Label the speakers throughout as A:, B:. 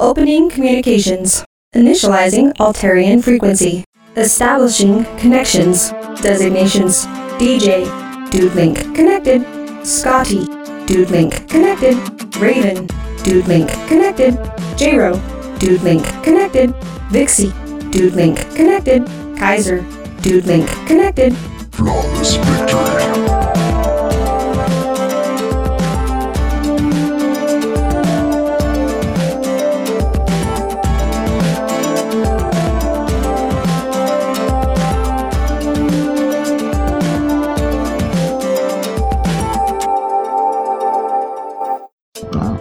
A: opening communications, initializing Altarian frequency, establishing connections, designations, DJ, DudeLink connected, Scotty, DudeLink connected, Raven, DudeLink connected, Jero, DudeLink connected, Vixie, DudeLink connected, Kaiser, DudeLink connected,
B: Flawless victory.
C: Well,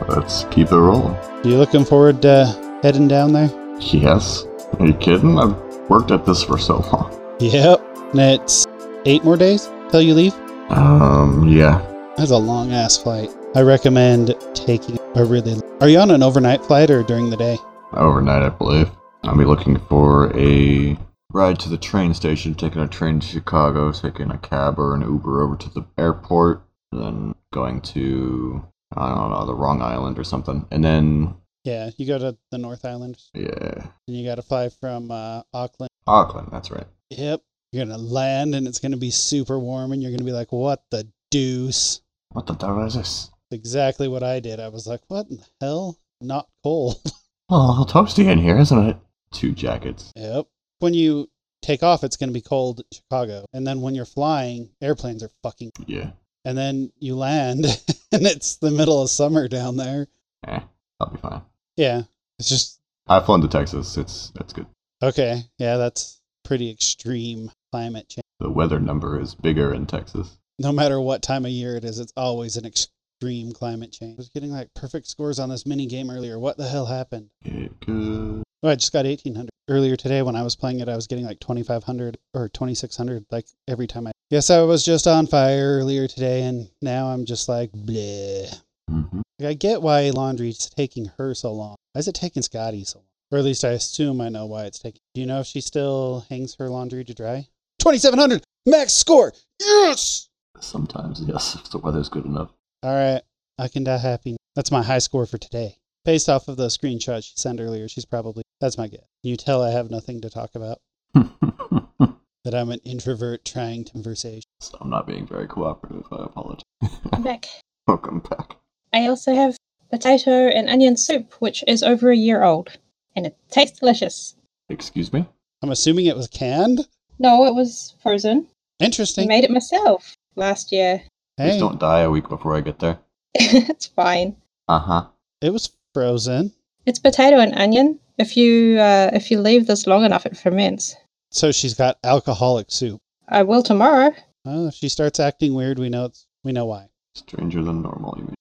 C: let's keep it rolling.
D: You looking forward to heading down there?
C: Yes. Are you kidding? I've worked at this for so long.
D: Yep. And it's eight more days till you leave?
C: Um, yeah.
D: That's a long ass flight. I recommend taking a really. Are you on an overnight flight or during the day?
C: Overnight, I believe. I'll be looking for a ride to the train station, taking a train to Chicago, taking a cab or an Uber over to the airport, then going to, I don't know, the wrong island or something. And then,
D: Yeah, you go to the North Island
C: yeah,
D: and you got to fly from uh, Auckland.
C: Auckland, that's right.
D: Yep. You're going to land and it's going to be super warm and you're going to be like, what the deuce?
C: What the devil is this?
D: Exactly what I did. I was like, what in the hell? Not cold.
C: Oh, a little toasty in here, isn't it? Two jackets.
D: Yep. When you take off, it's going to be cold in Chicago. And then when you're flying, airplanes are fucking.
C: Yeah.
D: And then you land and it's the middle of summer down there.
C: Eh, I'll be fine.
D: Yeah. It's just,
C: I've flown to Texas. It's that's good.
D: okay. Yeah, that's pretty extreme climate change.
C: The weather number is bigger in Texas.
D: No matter what time of year it is, it's always an extreme climate change. I was getting like perfect scores on this mini game earlier. What the hell happened?
C: It could.
D: Oh, I just got 1800. Earlier today when I was playing it, I was getting like 2500 or 2600 like every time I. Yes, I was just on fire earlier today and now I'm just like bleh.
C: hmm
D: Like, I get why laundry's taking her so long. Why is it taking Scotty so long? Or at least I assume I know why it's taking. Do you know if she still hangs her laundry to dry? 2700 max score. Yes.
C: Sometimes, yes, if the weather's good enough.
D: All right, I can die happy. That's my high score for today. Based off of the screenshot she sent earlier, she's probably that's my guess. Can you tell I have nothing to talk about?
C: so
D: That I'm an introvert trying to conversation.
C: I'm not being very cooperative. I apologize.
E: I'm back.
C: Welcome back.
E: I also have potato and onion soup, which is over a year old, and it tastes delicious.
C: Excuse me.
D: I'm assuming it was canned.
E: No, it was frozen. I
D: Interesting.
E: made it myself last year.
C: Please
D: Hey,
C: don't die a week before I get there.
E: it's fine.
C: Uh huh.
D: it was frozen.
E: It's potato and onion. If you uh, if you leave this long enough, it ferments.
D: So she's got alcoholic soup.
E: I will tomorrow.
D: Well, if Oh, she starts acting weird, we know it's we know why.
C: Stranger than normal, you mean?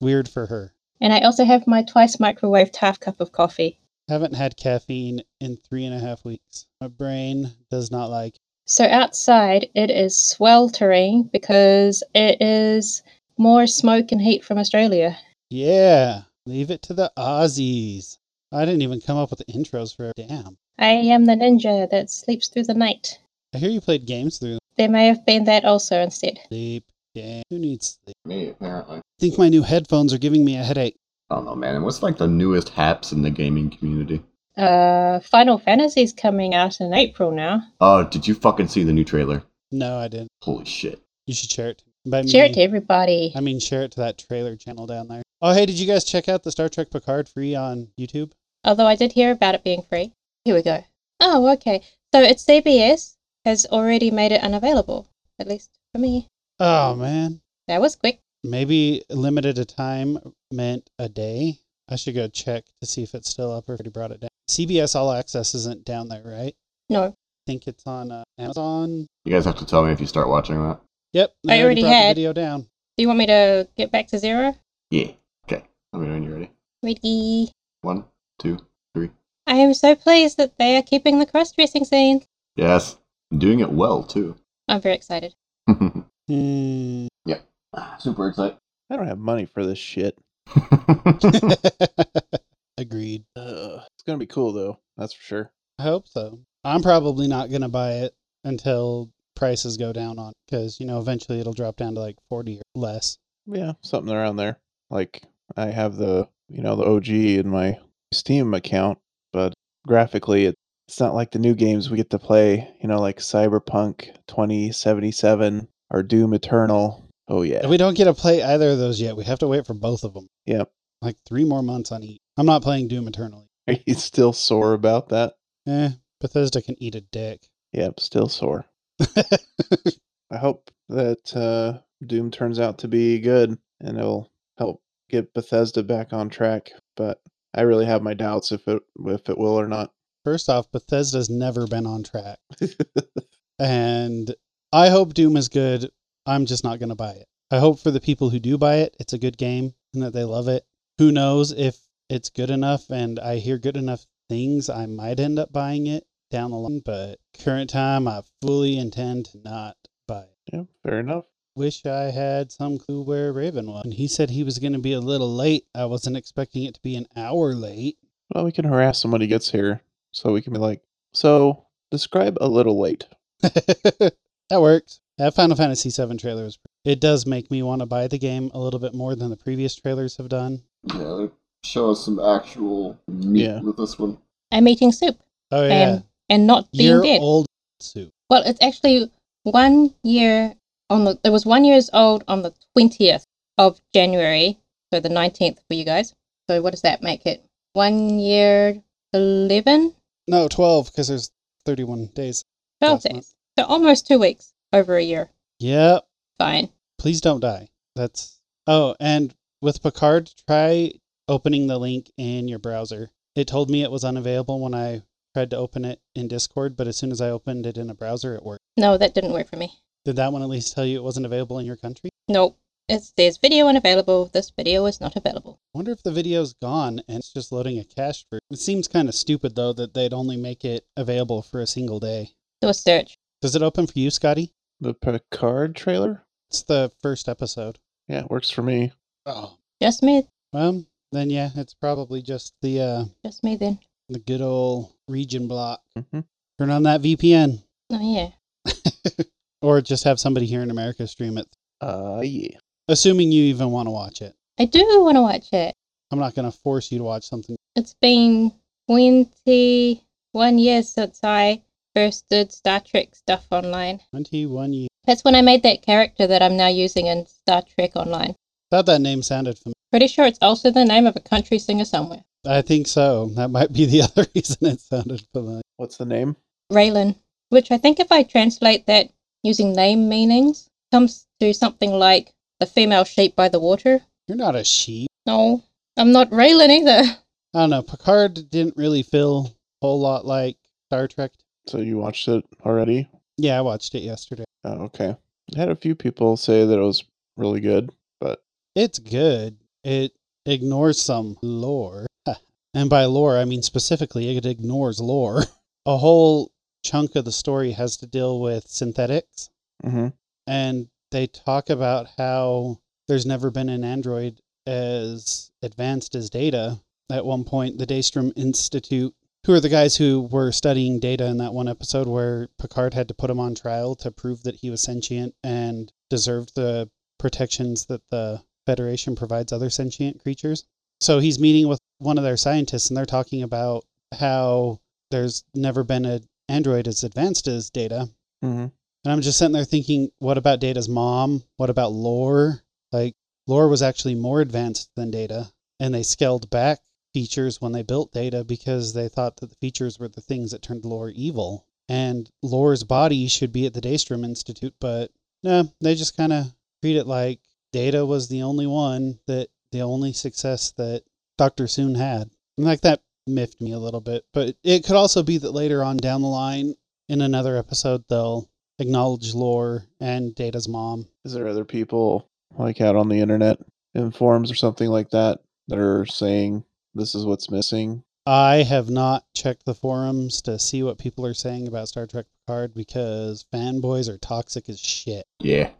D: Weird for her.
E: And I also have my twice microwaved half cup of coffee.
D: Haven't had caffeine in three and a half weeks. My brain does not like. it.
E: So outside it is sweltering because it is more smoke and heat from Australia.
D: Yeah, leave it to the Aussies. I didn't even come up with the intros for damn.
E: I am the ninja that sleeps through the night.
D: I hear you played games through
E: There may have been that also instead.
D: sleep. Game. Who needs sleep?
C: Me, apparently.
D: I think my new headphones are giving me a headache.
C: I don't know, man. And what's like the newest haps in the gaming community?
E: Uh, Final Fantasy's coming out in April now.
C: Oh, did you fucking see the new trailer?
D: No, I didn't.
C: Holy shit.
D: You should share it. By
E: Share it
D: me,
E: to everybody.
D: I mean, share it to that trailer channel down there. Oh, hey, did you guys check out the Star Trek Picard free on YouTube?
E: Although I did hear about it being free. Here we go. Oh, okay. So it's CBS has already made it unavailable, at least for me.
D: Oh man,
E: That was quick.
D: maybe limited to time meant a day. I should go check to see if it's still up or if they brought it down. CBS All Access isn't down there, right?
E: No,
D: I think it's on uh, Amazon.
C: You guys have to tell me if you start watching that.
D: Yep,
E: I
D: they
E: already
D: brought the
E: had.
D: video down.
E: Do you want me to get back to zero?
C: Yeah. Okay. Let me know when you're ready.
E: Ready.
C: One, two, three.
E: I am so pleased that they are keeping the cross dressing scene.
C: Yes. Doing it well, too.
E: I'm very excited.
D: Hmm.
F: Ah,
C: Super excited.
G: I don't have money for this shit.
D: Agreed.
G: Ugh. It's gonna be cool though. That's for sure.
D: I hope so. I'm probably not gonna buy it until prices go down on because you know eventually it'll drop down to like forty or less.
G: Yeah, something around there. Like I have the you know the OG in my Steam account, but graphically, it- it's not like the new games we get to play. You know, like Cyberpunk 2077 or Doom Eternal. Oh yeah,
D: We don't get to play either of those yet. We have to wait for both of them.
G: Yep.
D: Like three more months on each. I'm not playing Doom Eternally.
G: are you still sore about that?
D: Eh, Bethesda can eat a dick.
G: Yep, still sore. I hope that uh, Doom turns out to be good and it'll help get Bethesda back on track. But I really have my doubts if it if it will or not.
D: First off, Bethesda's never been on track. And I hope Doom is good. I'm just not going to buy it. I hope for the people who do buy it, it's a good game and that they love it. Who knows if it's good enough and I hear good enough things, I might end up buying it down the line. But current time, I fully intend to not buy it.
G: yeah, fair enough.
D: Wish I had some clue where Raven was. And he said he was going to be a little late. I wasn't expecting it to be an hour late.
G: Well, we can harass him when he gets here, so we can be like, so describe a little late.
D: that worked. That Final Fantasy VII trailer was. It does make me want to buy the game a little bit more than the previous trailers have done.
F: Yeah, they show us some actual meat
G: Yeah.
F: with this one.
E: I'm eating soup
D: Oh yeah,
E: and and not being
D: year
E: dead.
D: old soup.
E: Well, it's actually one year on the. It was one years old on the twentieth of January, so the nineteenth for you guys. So what does that make it? One year eleven.
D: No, twelve because there's thirty-one days.
E: 12
D: That's not-
E: days. So almost two weeks over a year.
D: Yep.
E: Fine.
D: Please don't die. That's. Oh, and with Picard, try opening the link in your browser. It told me it was unavailable when I tried to open it in Discord, but as soon as I opened it in a browser, it worked.
E: No, that didn't work for me.
D: Did that one at least tell you it wasn't available in your country?
E: Nope. It says video unavailable. This video is not available.
D: I wonder if the video's gone and it's just loading a cache for. It seems kind of stupid though that they'd only make it available for a single day.
E: Do a search.
D: Does it open for you, Scotty?
G: The Picard trailer?
D: It's the first episode.
G: Yeah, it works for me.
D: Oh.
E: Just me.
D: Well, then yeah, it's probably just the uh
E: Just me then.
D: the good old region block.
G: Mhm.
D: Turn on that VPN
E: Oh, yeah.
D: or just have somebody here in America stream it.
G: Uh, yeah.
D: Assuming you even want to watch it.
E: I do want to watch it.
D: I'm not going to force you to watch something.
E: It's been 21 years since I first did Star Trek stuff online.
D: 21 years.
E: That's when I made that character that I'm now using in Star Trek Online.
D: Thought that name sounded familiar.
E: Pretty sure it's also the name of a country singer somewhere.
D: I think so. That might be the other reason it sounded familiar.
G: What's the name?
E: Raylan, which I think if I translate that using name meanings, comes to something like the female sheep by the water.
D: You're not a sheep.
E: No, I'm not Raylan either.
D: I don't know. Picard didn't really feel a whole lot like Star Trek.
G: So you watched it already?
D: Yeah, I watched it yesterday.
G: Oh, okay. I had a few people say that it was really good, but
D: It's good. It ignores some lore. and by lore, I mean specifically, it ignores lore. a whole chunk of the story has to deal with synthetics.
G: hmm
D: And they talk about how there's never been an android as advanced as data. At one point, the Daystrom Institute, who are the guys who were studying data in that one episode where Picard had to put him on trial to prove that he was sentient and deserved the protections that the Federation provides other sentient creatures. So he's meeting with one of their scientists, and they're talking about how there's never been an android as advanced as data.
G: hmm
D: And I'm just sitting there thinking, what about Data's mom? What about Lore? Like, Lore was actually more advanced than Data, and they scaled back features when they built Data because they thought that the features were the things that turned Lore evil. And Lore's body should be at the Daystrom Institute, but no, they just kind of treat it like Data was the only one that the only success that Dr. Soon had. And like that miffed me a little bit, but it could also be that later on down the line in another episode, they'll acknowledge lore and data's mom
G: is there other people like out on the internet in forums or something like that that are saying this is what's missing?
D: i have not checked the forums to see what people are saying about star trek picard because fanboys are toxic as shit
C: Yeah.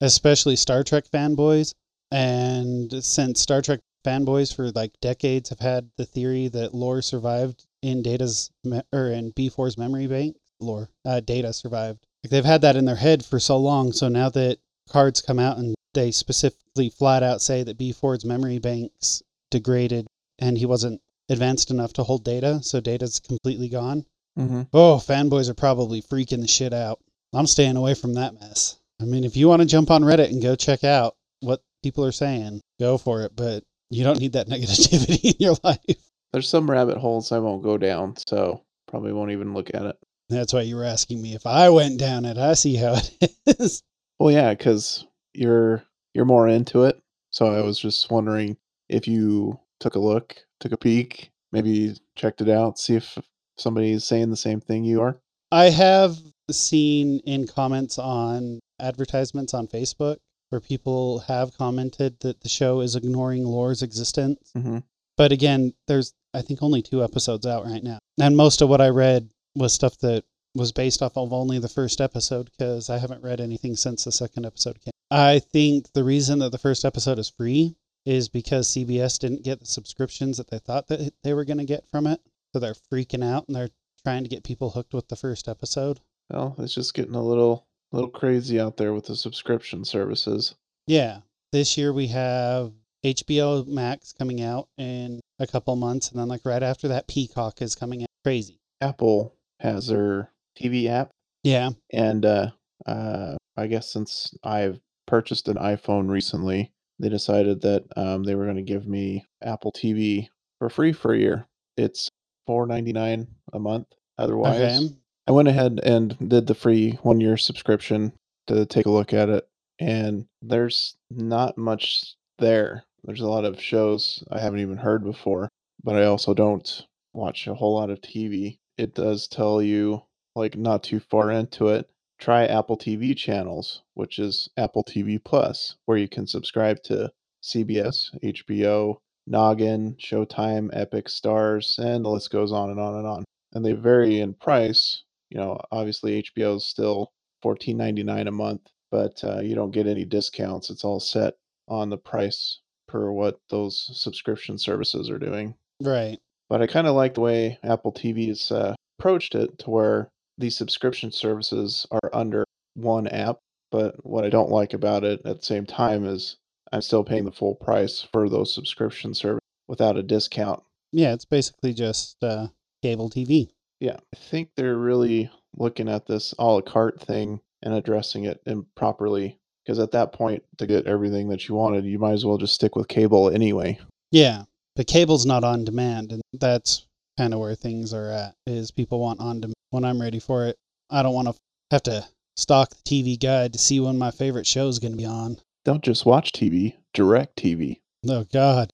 D: especially star trek fanboys and since star trek fanboys for like decades have had the theory that lore survived in data's me- or in b4's memory bank lore uh, data survived like they've had that in their head for so long so now that cards come out and they specifically flat out say that b4's memory banks degraded and he wasn't advanced enough to hold data, so data's completely gone.
G: Mm-hmm.
D: Oh, fanboys are probably freaking the shit out. I'm staying away from that mess. I mean, if you want to jump on Reddit and go check out what people are saying, go for it, but you don't need that negativity in your life.
G: There's some rabbit holes I won't go down, so probably won't even look at it.
D: That's why you were asking me if I went down it. I see how it is.
G: Well, yeah, because you're you're more into it. So I was just wondering if you took a look, took a peek, maybe checked it out, see if somebody's saying the same thing you are.
D: I have seen in comments on advertisements on Facebook where people have commented that the show is ignoring lore's existence.
G: Mm-hmm.
D: But again, there's I think only two episodes out right now. And most of what I read was stuff that was based off of only the first episode because I haven't read anything since the second episode came. I think the reason that the first episode is free is because CBS didn't get the subscriptions that they thought that they were going to get from it. So they're freaking out and they're trying to get people hooked with the first episode.
G: Well, it's just getting a little little crazy out there with the subscription services.
D: Yeah. This year we have HBO Max coming out in a couple months. And then, like, right after that, Peacock is coming out. Crazy.
G: Apple has their TV app,
D: Yeah.
G: and uh, uh, I guess since I've purchased an iPhone recently, they decided that um, they were going to give me Apple TV for free for a year. It's four ninety nine a month. Otherwise,
D: Okay.
G: I went ahead and did the free one year subscription to take a look at it, and there's not much there. There's a lot of shows I haven't even heard before, but I also don't watch a whole lot of TV. It does tell you, like, not too far into it, try Apple TV channels, which is Apple TV Plus, where you can subscribe to CBS, HBO, Noggin, Showtime, Epic, Stars, and the list goes on and on and on. And they vary in price, you know obviously hbo is still 14.99 a month but uh, you don't get any discounts it's all set on the price per what those subscription services are doing
D: Right.
G: but i kind of like the way apple tv's uh, approached it to where these subscription services are under one app but what i don't like about it at the same time is i'm still paying the full price for those subscription services without a discount
D: Yeah. It's basically just uh, cable TV.
G: yeah, I think they're really looking at this a la carte thing and addressing it improperly. Because at that point, to get everything that you wanted, you might as well just stick with cable anyway.
D: Yeah. But cable's not on demand. And that's kind of where things are at is people want on demand. When I'm ready for it, I don't want to have to stalk the TV guide to see when my favorite show is going to be on.
G: Don't just watch TV, direct TV.
D: Oh, God.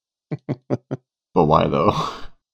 C: But why though?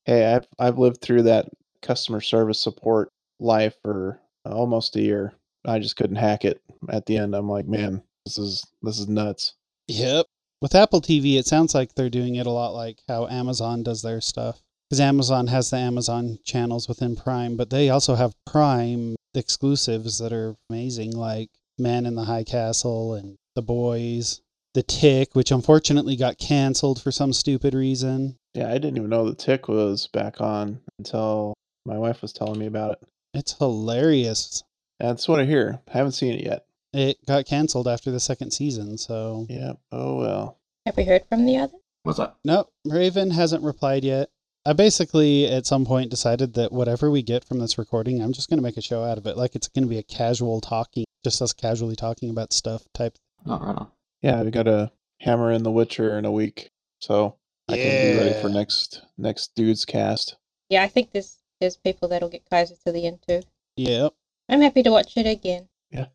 G: Hey, I've, I've lived through that customer service support life for almost a year. I just couldn't hack it. At the end, I'm like, man, this is this is nuts.
D: Yep. With Apple TV, it sounds like they're doing it a lot like how Amazon does their stuff. Because Amazon has the Amazon channels within Prime, but they also have Prime exclusives that are amazing, like Men in the High Castle and The Boys, The Tick, which unfortunately got canceled for some stupid reason.
G: Yeah, I didn't even know the tick was back on until my wife was telling me about it.
D: It's hilarious.
G: That's what I hear. I haven't seen it yet.
D: It got canceled after the second season, so.
G: Yeah. Oh well.
E: Have we heard from the other?
C: What's that?
D: Nope, Raven hasn't replied yet. I basically, at some point, decided that whatever we get from this recording, I'm just going to make a show out of it. Like it's going to be a casual talking, just us casually talking about stuff type.
C: Oh, right on.
G: Yeah, we got to hammer in The Witcher in a week, so I can be ready for
D: Yeah.
G: next next dude's cast.
E: Yeah, I think there's there's people that'll get Kaiser to the end too.
D: Yep.
E: I'm happy to watch it again.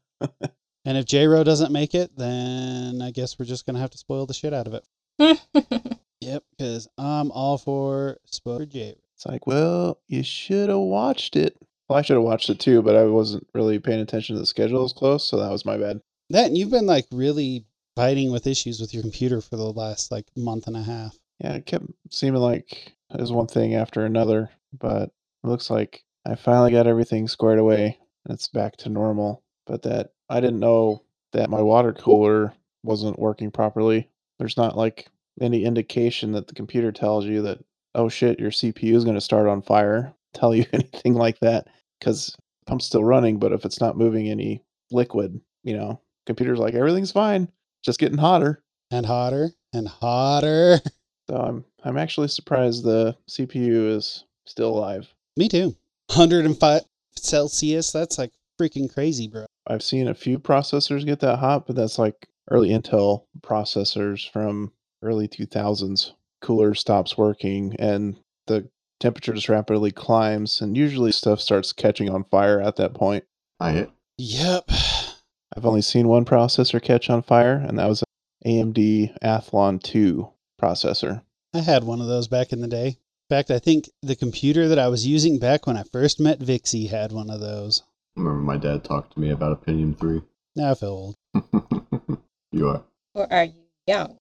D: And if J Ro doesn't make it, then I guess we're just going to have to spoil the shit out of it.
E: yeah,
D: Yep, because I'm all for spoil for J.
G: It's like, well, you should have watched it. Well, I should have watched it too, but I wasn't really paying attention to the schedule as close, so that was my bad.
D: That and you've been like really fighting with issues with your computer for the last like month and a half.
G: Yeah, it kept seeming like it was one thing after another, but it looks like I finally got everything squared away and it's back to normal. But that I didn't know that my water cooler wasn't working properly. There's not like any indication that the computer tells you that, oh shit, your CPU is going to start on fire, tell you anything like that because pump's still running, but if it's not moving any liquid, you know, computer's like, everything's fine, just getting hotter.
D: And hotter and hotter.
G: So I'm I'm actually surprised the CPU is still alive.
D: Me too. 105 Celsius. That's like freaking crazy, bro.
G: I've seen a few processors get that hot, but that's like early Intel processors from early 2000s. Cooler stops working and the temperature just rapidly climbs, and usually stuff starts catching on fire at that point.
C: I hit.
D: Yep.
G: I've only seen one processor catch on fire, and that was an AMD Athlon 2 processor.
D: I had one of those back in the day. In fact, I think the computer that I was using back when I first met Vixie had one of those.
C: I remember my dad talked to me about Opinion 3.
D: Now I feel old.
C: you are.
E: Or are you young?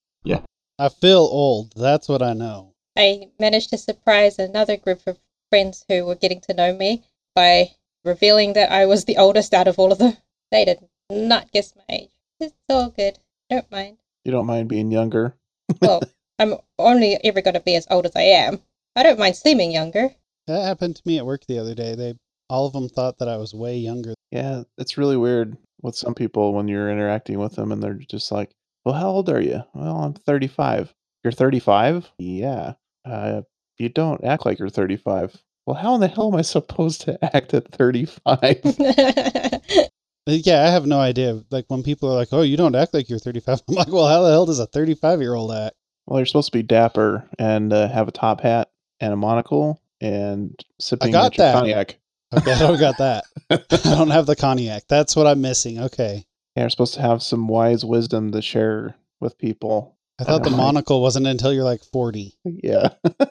D: I feel old. That's what I know.
E: I managed to surprise another group of friends who were getting to know me by revealing that I was the oldest out of all of them. They did not guess my age. It's all good. Don't mind.
G: You don't mind being younger.
E: Well, I'm only ever going to be as old as I am. I don't mind seeming younger.
D: That happened to me at work the other day. They all of them thought that I was way younger.
G: Yeah, it's really weird with some people when you're interacting with them and they're just like, Well, how old are you? Well, I'm 35. You're 35? Yeah. Uh, you don't act like you're 35. Well, how in the hell am I supposed to act at 35?
D: But yeah, I have no idea. Like when people are like, "Oh, you don't act like you're 35." I'm like, "Well, how the hell does a 35-year-old act?"
G: well, you're supposed to be dapper and uh, have a top hat and a monocle and sipping
D: got
G: at your
D: that.
G: cognac.
D: Okay, I don't got that. I don't have the cognac. That's what I'm missing. Okay.
G: Yeah, you're supposed to have some wise wisdom to share with people.
D: I thought the
G: Alright.
D: monocle wasn't until you're like 40.
G: Yeah.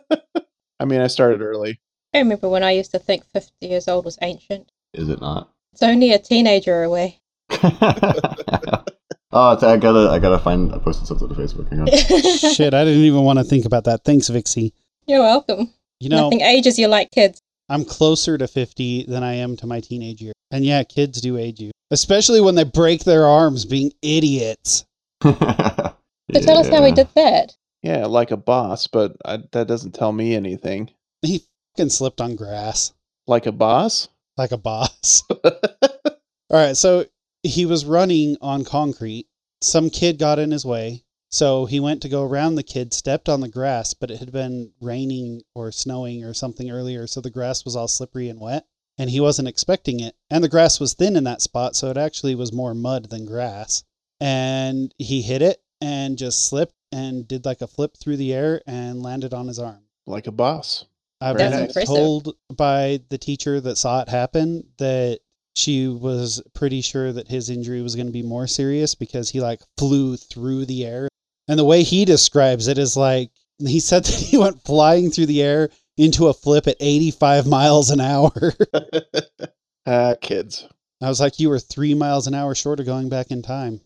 G: I mean, I started early.
E: I remember when I used to think 50 years old was ancient.
C: Is it not?
E: It's only a teenager away.
C: oh, it's- I gotta, I gotta find. I posted something to Facebook. Hang on.
E: You're
D: Shit, I didn't even want to think about that. Thanks, Vixie.
E: welcome.
D: You know,
E: Nothing ages you like kids.
D: I'm closer to 50 than I am to my teenage year. And yeah, kids do age you, especially when they break their arms being idiots.
E: So tell us how we
C: Yeah.
E: did that.
G: Yeah, like a boss, but I, that doesn't tell me anything.
D: He fucking slipped on grass
G: Like a boss?
D: like a boss. All right, so he was running on concrete. Some kid got in his way. So he went to go around the kid, stepped on the grass, but it had been raining or snowing or something earlier. So the grass was all slippery and wet, and he wasn't expecting it. And the grass was thin in that spot. So it actually was more mud than grass. And he hit it and just slipped and did like a flip through the air and landed on his arm.
G: Like a boss.
D: I've
G: That's
D: been
E: impressive.
D: told by the teacher that saw it happen that she was pretty sure that his injury was going to be more serious because he like flew through the air. And the way he describes it is like he said that he went flying through the air into a flip at 85 miles an hour.
G: Ah, kids.
D: I was like, you were three miles an hour short of going back in time.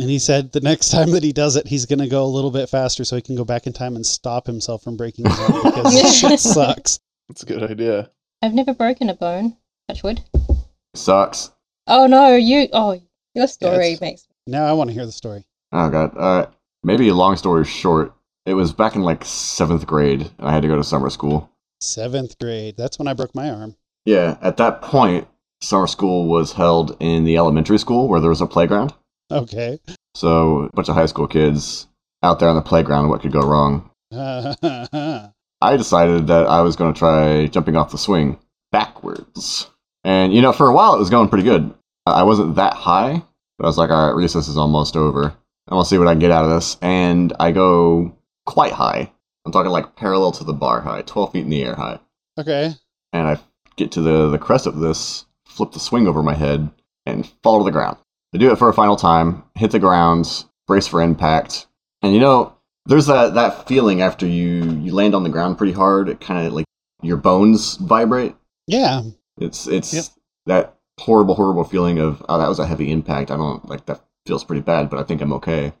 D: And he said the next time that he does it, he's going to go a little bit faster so he can go back in time and stop himself from breaking his arm because this shit sucks.
G: That's a good idea.
E: I've never broken a bone. Touch wood.
C: Sucks.
E: Oh no, you. Oh, your story
G: Yes.
E: makes.
D: Now I want to hear the story.
C: Oh god. Uh, maybe long story short, it was back in like seventh grade, and I had to go to summer school.
D: Seventh grade. That's when I broke my arm.
C: Yeah, at that point, summer school was held in the elementary school where there was a playground.
D: Okay.
C: So a bunch of high school kids out there on the playground. What could go wrong? I decided that I was going to try jumping off the swing backwards. And, you know, for a while it was going pretty good. I I wasn't that high, but I was like, all right, recess is almost over. I'm going to see what I can get out of this. And I go quite high. I'm talking like parallel to the bar high, 12 feet in the air high.
D: okay.
C: And I get to the, the crest of this, flip the swing over my head, and fall to the ground. I do it for a final time, hit the ground, brace for impact. And, you know, there's that, that feeling after you, you land on the ground pretty hard. It kind of like your bones vibrate.
D: Yeah.
C: It's it's
G: Yep.
C: that horrible, horrible feeling of oh, that was a heavy impact. I don't like that feels pretty bad, but I think I'm okay.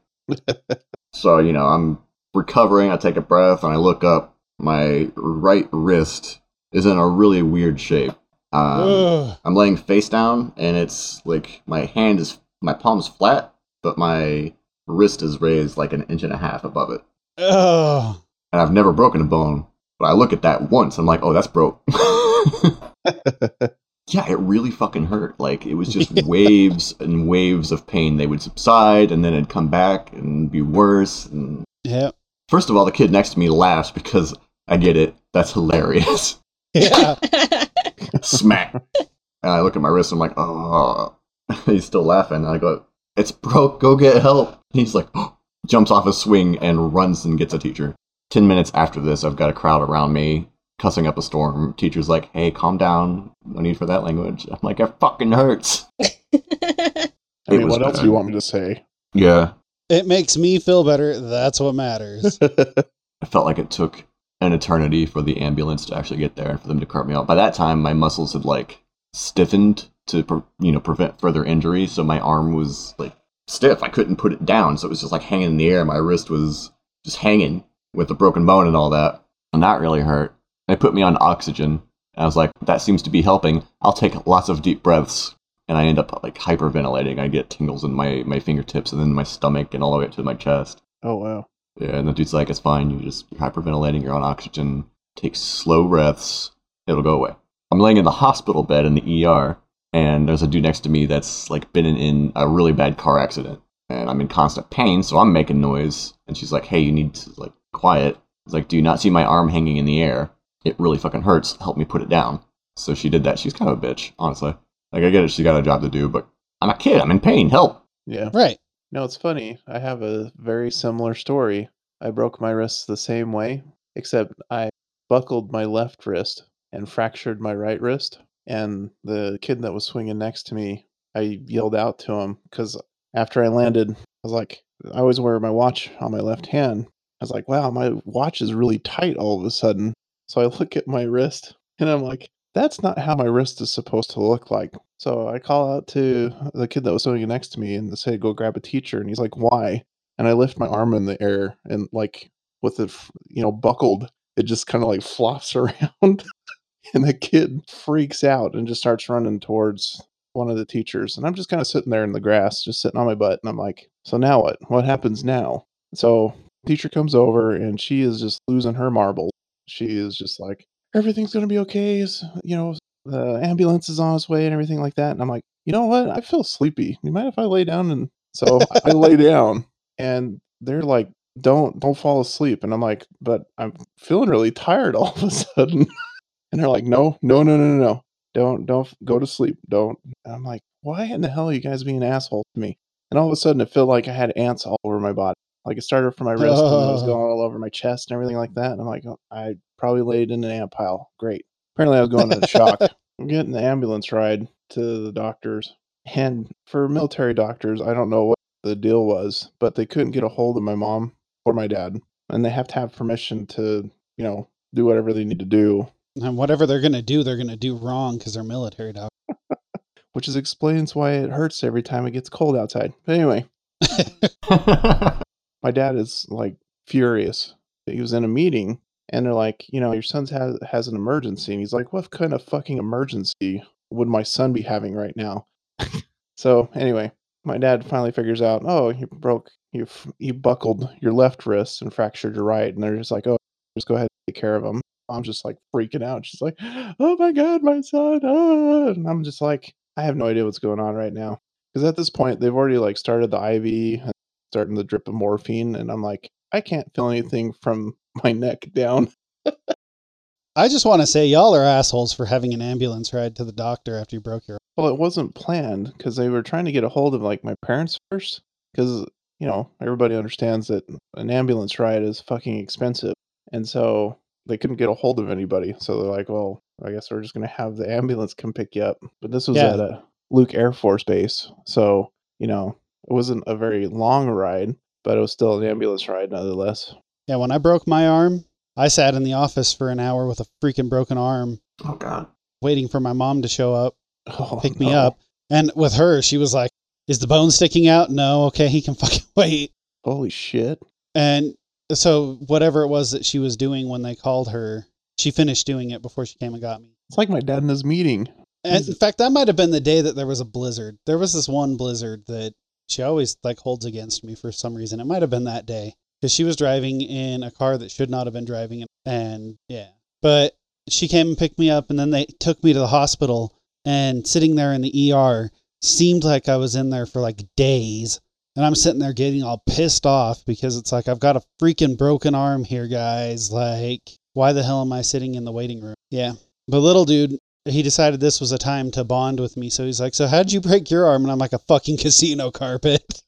C: so you know, I'm recovering. I take a breath and I look up. My right wrist is in a really weird shape. Um,
D: Ugh.
C: I'm laying face down, and it's like my hand is my palm's flat, but my wrist is raised like an inch and a half above it.
D: Ugh.
C: And I've never broken a bone, but I look at that once. I'm like, oh, that's broke. Yeah, it really fucking hurt. Like it was just waves and waves of pain. They would subside and then it'd come back and be worse. And
D: Yeah.
C: first of all, the kid next to me laughs because I get it. That's hilarious.
D: Yeah.
C: Smack. and I look at my wrist. I'm like, oh. He's still laughing. And I go, it's broke. Go get help. And he's like, jumps off a swing and runs and gets a teacher. Ten minutes after this, I've got a crowd around me cussing up a storm. Teacher's like, hey, calm down. No need for that language. I'm like, it fucking hurts.
G: I
C: It
G: mean,
C: was
G: what else
C: bad.
G: do you want me to say?
C: Yeah.
D: it makes me feel better. That's what matters.
C: I felt like it took an eternity for the ambulance to actually get there and for them to cart me out. By that time, my muscles had like stiffened to pre- you know prevent further injury, so my arm was like stiff. I couldn't put it down, so it was just like hanging in the air. My wrist was just hanging with a broken bone and all that, and that really hurt. They put me on oxygen, and I was like, "That seems to be helping." I'll take lots of deep breaths, and I end up like hyperventilating. I get tingles in my my fingertips and then my stomach and all the way up to my chest.
G: oh wow.
C: Yeah, and the dude's like, it's fine. You just you're hyperventilating. You're on oxygen. Take slow breaths. It'll go away. I'm laying in the hospital bed in the ER, and there's a dude next to me that's like been in, in a really bad car accident, and I'm in constant pain, so I'm making noise. And she's like, "Hey, you need to like quiet." It's like, "Do you not see my arm hanging in the air? It really fucking hurts. Help me put it down." So she did that. She's kind of a bitch, honestly. Like I get it, she got a job to do, but I'm a kid. I'm in pain. Help.
G: Yeah.
D: right.
G: No, it's funny. I have a very similar story. I broke my wrist the same way, except I buckled my left wrist and fractured my right wrist. And the kid that was swinging next to me, I yelled out to him because after I landed, I was like, I always wear my watch on my left hand. I was like, wow, my watch is really tight all of a sudden. So I look at my wrist and I'm like, that's not how my wrist is supposed to look like. So I call out to the kid that was sitting next to me and say, go grab a teacher. And he's like, why? And I lift my arm in the air and like with it, f- you know, buckled, it just kind of like flops around. and the kid freaks out and just starts running towards one of the teachers. And I'm just kind of sitting there in the grass, just sitting on my butt. And I'm like, so now what? What happens now? So teacher comes over and she is just losing her marbles. She is just like, everything's going to be okay. s- You know, the ambulance is on its way and everything like that. And I'm like, you know what? I feel sleepy. You mind if I lay down? And so I- I lay down and they're like, don't don't fall asleep. And I'm like, but I'm feeling really tired all of a sudden. And they're like, no, no, no, no, no, no. Don't don't f- go to sleep. Don't. And I'm like, why in the hell are you guys being assholes to me? And all of a sudden it felt like I had ants all over my body. Like it started from my wrist and then it was
D: Oh.
G: going all over my chest and everything like that. And I'm like, "Oh, I probably laid in an ant pile. Great. Apparently I was going into shock. I'm getting the ambulance ride to the doctors. And for military doctors, I don't know what the deal was, but they couldn't get a hold of my mom or my dad. And they have to have permission to, you know, do whatever they need to do,
D: And whatever they're gonna do, they're gonna do wrong because they're military dog.
G: which is explains why it hurts every time it gets cold outside. But anyway, my dad is like furious. He was in a meeting and they're like, you know, your son's has has an emergency. And he's like, what kind of fucking emergency would my son be having right now? so anyway, my dad finally figures out, oh, you broke, you f- you buckled your left wrist and fractured your right. And they're just like, oh, just go ahead and take care of him. I'm just like freaking out. She's like, oh my God, my son. ah," And I'm just like, I have no idea what's going on right now. Because at this point, they've already like started the IV starting to drip of morphine and i'm like i can't feel
D: Mm-hmm.
G: anything from my neck down
D: I just want to say y'all are assholes for having an ambulance ride to the doctor after you broke your.
G: well it wasn't planned because they were trying to get a hold of like my parents first because you know everybody understands that an ambulance ride is fucking expensive and so they couldn't get a hold of anybody so they're like well i guess we're just going to have the ambulance come pick you up but this was
D: Yeah.
G: at a luke air force base so you know it wasn't a very long ride but it was still an ambulance ride nonetheless
D: Yeah, when I broke my arm, I sat in the office for an hour with a freaking broken arm,
C: oh god.
D: waiting for my mom to show up,
G: oh,
D: pick me
G: no.
D: up. And with her, she was like, "Is the bone sticking out? No. Okay, he can fucking wait."
G: holy shit
D: And so whatever it was that she was doing when they called her, she finished doing it before she came and got me.
G: It's like my dad in his meeting.
D: And in fact, that might have been the day that there was a blizzard. There was this one blizzard that she always like holds against me for some reason. It might have been that day because she was driving in a car that should not have been driving, in, and yeah. But she came and picked me up, and then they took me to the hospital. and sitting there in the ER seemed like I was in there for like days. And I'm sitting there getting all pissed off because it's like, I've got a freaking broken arm here, guys. Like, why the hell am I sitting in the waiting room? Yeah. But little dude, he decided this was a time to bond with me. So he's like, So how'd you break your arm? And I'm like, A fucking casino carpet.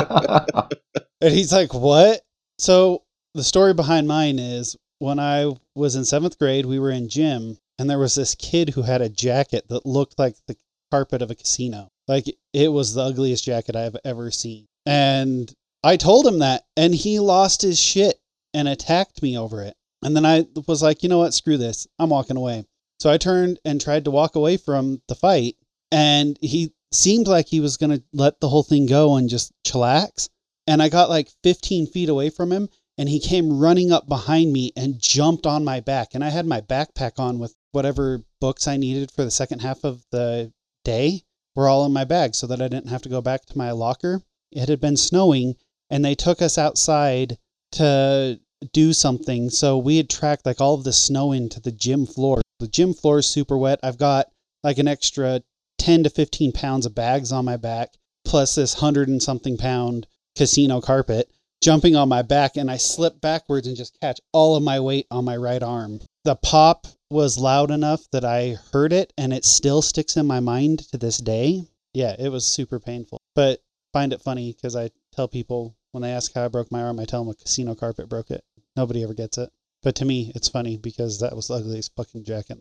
D: And he's like, What? So the story behind mine is when I was in seventh grade, we were in gym, and there was this kid who had a jacket that looked like the carpet of a casino. Like it was the ugliest jacket I've ever seen. And I told him that, and he lost his shit and attacked me over it. And then I was like, you know what? Screw this. I'm walking away. So I turned and tried to walk away from the fight, and he seemed like he was going to let the whole thing go and just chillax and I got like 15 feet away from him, and he came running up behind me and jumped on my back. And I had my backpack on with whatever books I needed for the second half of the day were all in my bag so that I didn't have to go back to my locker. It had been snowing, and they took us outside to do something. So we had tracked like all of the snow into the gym floor. The gym floor is super wet. I've got like an extra 10 to 15 pounds of bags on my back, plus this 100 and something pound casino carpet, jumping on my back, and I slip backwards and just catch all of my weight on my right arm. The pop was loud enough that I heard it, and it still sticks in my mind to this day. Yeah, it was super painful, but find it funny because I tell people when they ask how I broke my arm, I tell them a casino carpet broke it. Nobody ever gets it. But to me, it's funny because that was the ugliest fucking jacket.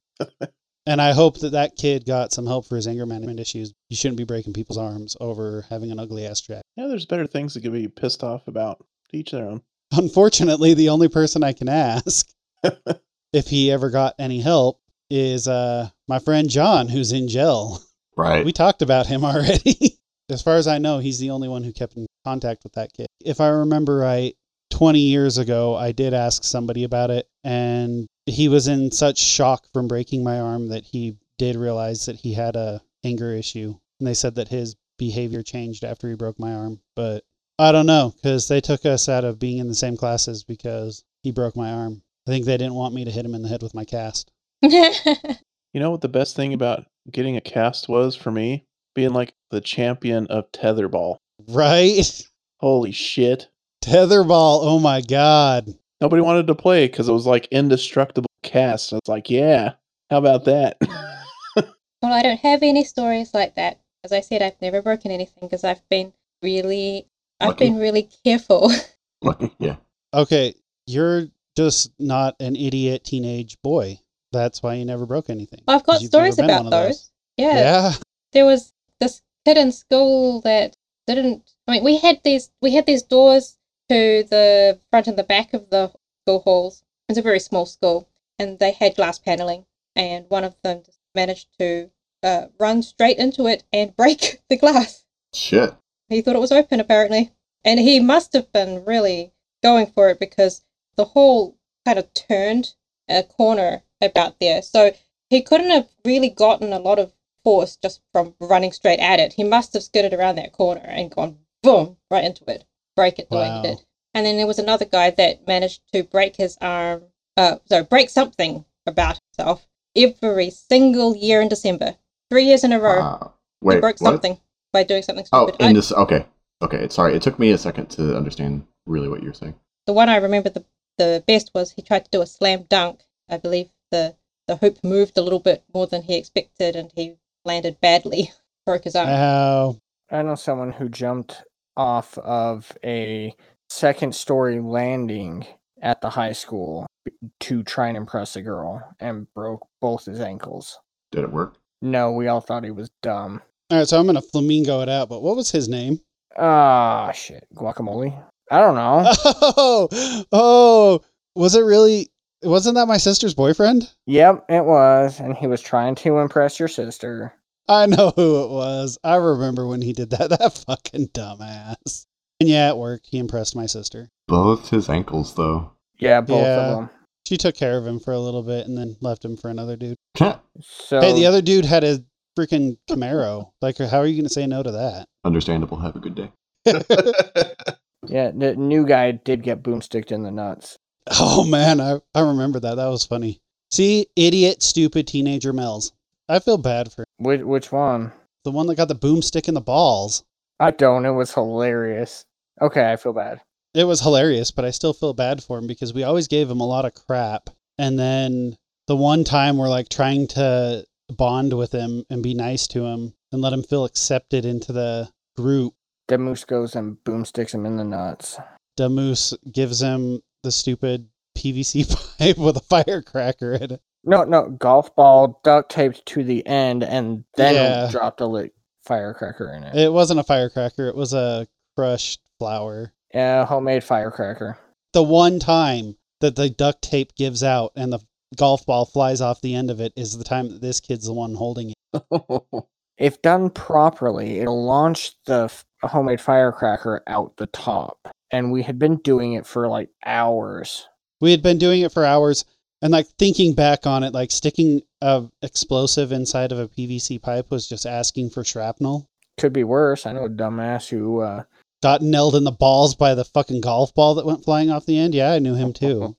D: and I hope that that kid got some help for his anger management issues. You shouldn't be breaking people's arms over having an ugly ass jacket.
G: Yeah, there's better things that could be pissed off about. To each their own.
D: unfortunately the only person i can ask if he ever got any help is uh my friend john who's in jail
C: right.
D: we talked about him already as far as i know he's the only one who kept in contact with that kid if i remember right 20 years ago i did ask somebody about it and he was in such shock from breaking my arm that he did realize that he had a anger issue and they said that his behavior changed after he broke my arm but I don't know because they took us out of being in the same classes because he broke my arm. I think they didn't want me to hit him in the head with my cast.
G: You know what the best thing about getting a cast was for me? Being like the champion of tetherball.
D: Right?
G: Holy shit.
D: Tetherball. Oh my God.
G: Nobody wanted to play because it was like indestructible cast. I was like, yeah, how about that?
E: Well, I don't have any stories like that. As I said, I've never broken anything because I've been really, I've
C: Lucky.
E: been really careful.
C: Lucky. Yeah.
D: Okay. You're just not an idiot teenage boy. That's why you never broke anything.
E: I've got
D: 'Cause you've never
E: stories
D: been
E: about
D: one of
E: those. Yeah,
D: Yeah.
E: there was this kid in school that didn't. I mean, we had these we had these doors to the front and the back of the school halls. It's a very small school, and they had glass paneling, and one of them just managed to uh, run straight into it and break the glass.
C: Shit.
E: He thought it was open, apparently. And he must have been really going for it because the hall kind of turned a corner about there. So he couldn't have really gotten a lot of force just from running straight at it. He must have skirted around that corner and gone boom right into it, break it the
D: Wow.
E: way he did. And then there was another guy that managed to break his arm, uh, sorry, break something about himself every single year in December. Three years in a row,
C: Wow. Wait.
E: he broke
C: what?
E: something by doing something
C: Oh,
E: stupid. I-
C: in this. Okay. Okay. Sorry. It took me a second to understand really what you were saying.
E: the one I remember the the best was he tried to do a slam dunk. I believe the the hoop moved a little bit more than he expected, and he landed badly, broke his arm.
D: Ow.
H: I know someone who jumped off of a second story landing at the high school to try and impress a girl and broke both his ankles.
C: Did it work?
H: No, we all thought he was dumb.
D: All right. So I'm going to flamingo it out, but what was his name?
H: Ah, shit. Guacamole? I don't know.
D: Oh, oh, was it really? Wasn't that my sister's boyfriend?
H: yep, it was. And he was trying to impress your sister.
D: I know who it was. I remember when he did that. That fucking dumbass. And yeah, it worked. He impressed my sister.
C: Both his ankles, though.
H: Yeah, both
D: Yeah.
H: of them.
D: She took care of him for a little bit and then left him for another dude.
H: So
D: Hey, the other dude had a freaking Camaro. like, how are you going to say no to that?
C: Understandable. Have a good day.
H: yeah, the new guy did get boomsticked in the nuts.
D: Oh, man. I, I remember that. That was funny. See, idiot, stupid teenager Mel's. I feel bad for
H: Which, which one?
D: the one that got the boomstick in the balls.
H: I don't. It was hilarious. Okay, I feel bad.
D: It was hilarious, but I still feel bad for him because we always gave him a lot of crap. And then the one time we're like trying to bond with him and be nice to him and let him feel accepted into the group,
H: The moose goes and boomsticks him in the nuts.
D: Damoose gives him the stupid PVC pipe with a firecracker in it.
H: No, no, golf ball duct taped to the end and then
D: Yeah.
H: dropped a lit firecracker in it.
D: It wasn't a firecracker, it was a crushed flower.
H: Yeah, homemade firecracker.
D: the one time that the duct tape gives out and the golf ball flies off the end of it is the time that this kid's the one holding it.
H: If done properly, it'll launch the f- homemade firecracker out the top. And we had been doing it for like hours.
D: We had been doing it for hours and like thinking back on it, like sticking a explosive inside of a PVC pipe was just asking for shrapnel.
H: Could be worse. I know a dumbass who uh,
D: Got nailed in the balls by the fucking golf ball that went flying off the end. Yeah, I knew him too.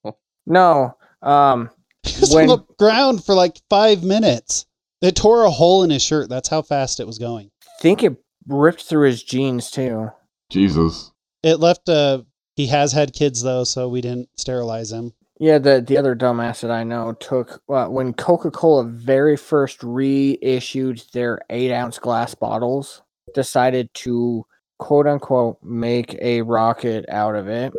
H: No. Um
D: He was
H: When-
D: on the ground for like five minutes. It tore a hole in his shirt. That's how fast it was going.
H: think it ripped through his jeans too.
C: Jesus.
D: It left a. He has had kids though, so we didn't sterilize him.
H: Yeah, the the other dumbass that I know took uh, when Coca Cola very first reissued their eight ounce glass bottles, decided to quote unquote make a rocket out of it,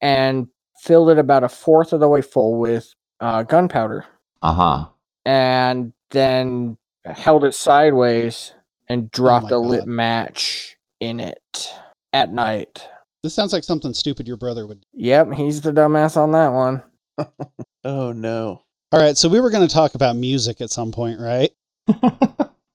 H: and filled it about a fourth of the way full with uh, gunpowder,
C: Aha. Uh-huh.
H: and then held it sideways and dropped
D: Oh my
H: a lit
D: God.
H: match in it at night.
D: This sounds like something stupid your brother would do.
H: Yep, he's the dumbass on that one.
G: oh no.
D: All right, so we were going to talk about music at some point, right?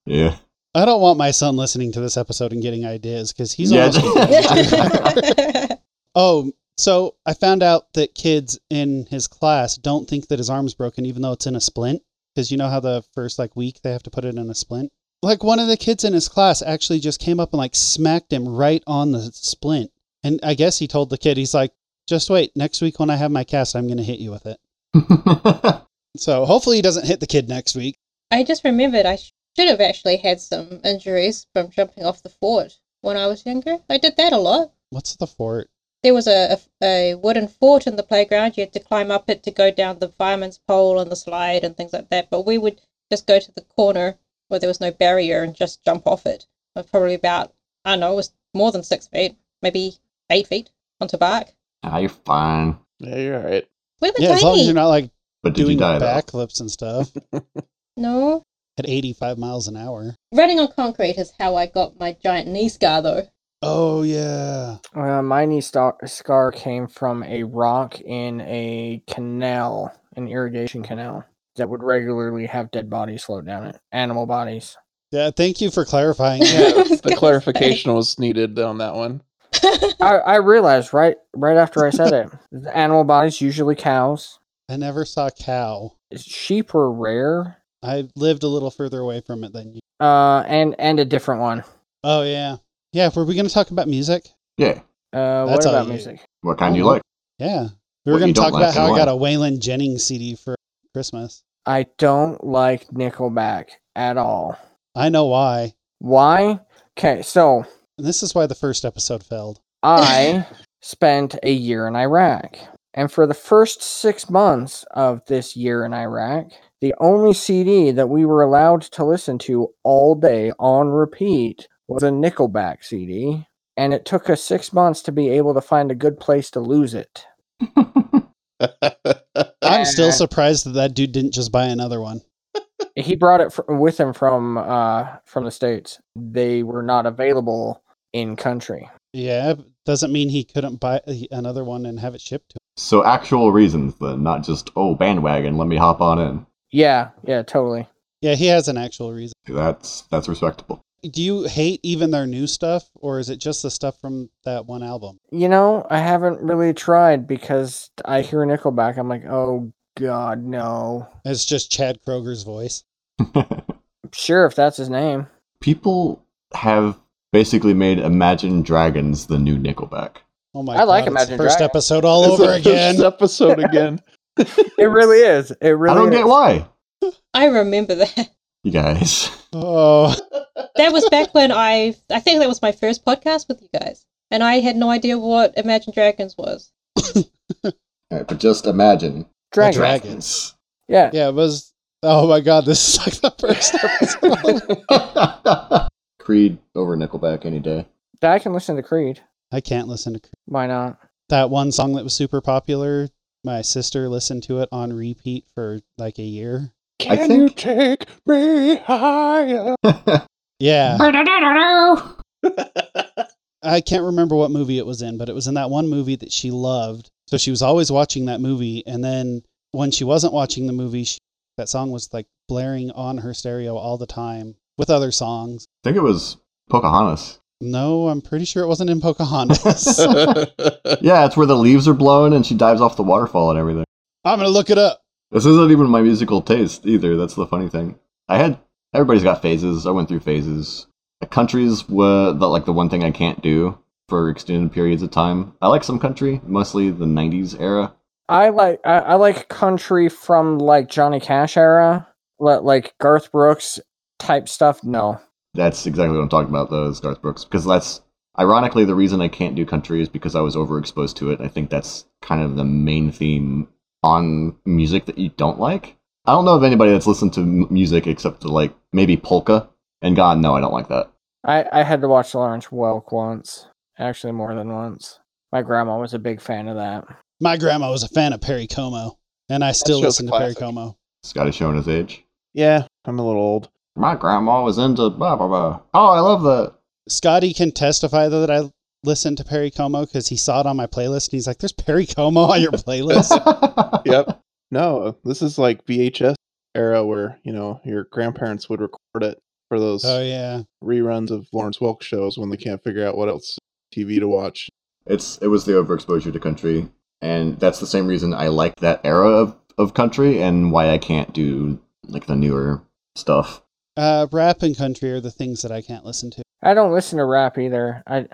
C: Yeah.
D: I don't want my son listening to this episode and getting ideas because he's
C: Yeah.
D: almost. oh, so I found out that kids in his class don't think that his arm's broken, even though it's in a splint. Because you know how the first like week they have to put it in a splint. Like one of the kids in his class actually just came up and like smacked him right on the splint, and I guess he told the kid he's like, "Just wait, next week when I have my cast, I'm going to hit you with it." So hopefully he doesn't hit the kid next week.
E: I just remembered I should have actually had some injuries from jumping off the fort when I was younger. I did that a lot.
D: What's the fort?
E: There was a, a, a wooden fort in the playground. You had to climb up it to go down the fireman's pole and the slide and things like that. But we would just go to the corner where there was no barrier and just jump off it. I was probably about, I don't know, it was more than six feet, maybe eight feet onto bark.
C: ah, you're fine.
G: Yeah, you're all right.
E: We were
D: Yeah, as long as
E: tiny.
D: you're not like
C: But did
D: doing
C: you die though?
D: backflips and stuff
E: no.
D: at 85 miles an hour.
E: Running on concrete is how I got my giant knee scar, though.
D: Oh yeah,
H: Uh, my knee star- scar came from a rock in a canal, an irrigation canal that wowould regularly have dead bodies float down it, animal bodies.
D: yeah. Thank you for clarifying.
G: Yeah,
E: I was gonna
G: the
E: say.
G: clarification was needed on that one.
H: I, I realized right right after I said it, the animal bodies usually cows.
D: I never saw cow.
H: Sheep were rare,
D: I lived a little further away from it than you.
H: uh, and and a different one.
D: Oh yeah, yeah. Were we gonna talk about music?
C: Yeah.
H: Uh,
D: That's
H: what
D: all
H: about
D: you-
H: music?
C: What kind you
D: Oh,
C: like?
D: Yeah, we were
C: What
D: gonna
C: you don't
D: talk
C: like
D: about
C: and
D: how I
C: why.
D: got a Waylon Jennings CD for Christmas.
H: I don't like Nickelback at all.
D: I know why,
H: Why? Okay, so
D: and this is why the first episode failed.
H: I spent a year in Iraq. And for the first six months of this year in Iraq, the only CD that we were allowed to listen to all day on repeat was a Nickelback CD. And it took us six months to be able to find a good place to lose it.
D: I'm still
H: Uh,
D: surprised that that dude didn't just buy another one.
H: He brought it fr- with him from uh, from the states. They were not available in country.
D: Yeah, doesn't mean he couldn't buy another one and have it shipped to him.
C: So actual reasons then, not just oh bandwagon, let me hop on in.
H: Yeah, yeah, totally.
D: Yeah, he has an actual reason.
C: That's that's respectable.
D: do you hate even their new stuff or is it just the stuff from that one album
H: You know, I haven't really tried because I hear Nickelback. I'm like, oh god, no.
D: it's just chad kroger's voice
H: Sure, if that's his name.
C: People have basically made Imagine Dragons the new Nickelback.
D: oh my
H: I like
D: God, it's the
H: Imagine
D: first
H: Dragons.
D: episode all
G: It's
D: over
G: the
D: again
G: first episode again.
H: It really is. It really.
C: I don't
H: is.
C: get why.
E: I remember that.
C: you guys.
D: Oh,
E: That was back when I I think that was my first podcast with you guys, and I had no idea what Imagine Dragons was.
F: Alright, but just imagine.
H: Dragon.
D: Dragon.
H: Yeah.
D: yeah, it was. Oh my god, this is like the first episode.
F: Creed over Nickelback any day.
H: I can listen to Creed.
D: I can't listen to Creed.
H: Why not?
D: that one song that was super popular. My sister listened to it on repeat for like a year.
G: Can
F: think-
G: you take me higher?
D: Yeah, I can't remember what movie it was in, but it was in that one movie that she loved. So she was always watching that movie, and then when she wasn't watching the movie, she, that song was like blaring on her stereo all the time with other songs.
C: I think it was Pocahontas.
D: No, I'm pretty sure it wasn't in Pocahontas.
C: Yeah, it's where the leaves are blowing and she dives off the waterfall and everything.
D: I'm gonna look it up.
C: This isn't even my musical taste either. That's the funny thing. I had everybody's got phases. I went through phases. The countries were the, like the one thing I can't do for extended periods of time. I like some country, mostly the '90s era.
H: I like I, I like country from like Johnny Cash era, li- like Garth Brooks type stuff. No,
C: That's exactly what I'm talking about, though, is Garth Brooks, because that's ironically the reason I can't do country is because I was overexposed to it. I think that's kind of the main theme on music that you don't like. I don't know of anybody that's listened to m- music except for like maybe polka, and God, no, I don't like that.
H: I I had to watch Lawrence Welk once, actually more than once. My grandma was a big fan of that.
D: My grandma was a fan of Perry Como, and I still
G: show's
D: listen
G: a
D: to Perry
G: classic.
D: Como.
C: Scotty showing his age.
G: yeah, I'm a little old.
C: My grandma was into blah blah blah. Oh, I love that.
D: Scotty can testify though that I listened to Perry Como because he saw it on my playlist and he's like, "There's Perry Como on your playlist."
G: Yep. No, this is like VHS era where you know your grandparents would record it for those
D: oh yeah,
G: reruns of Lawrence Welk shows when they can't figure out what else TV to watch.
C: It's it was the overexposure to country, and that's the same reason I like that era of, of country and why I can't do like the newer stuff.
D: uh, rap and country are the things that I can't listen to.
H: I don't listen to rap either. I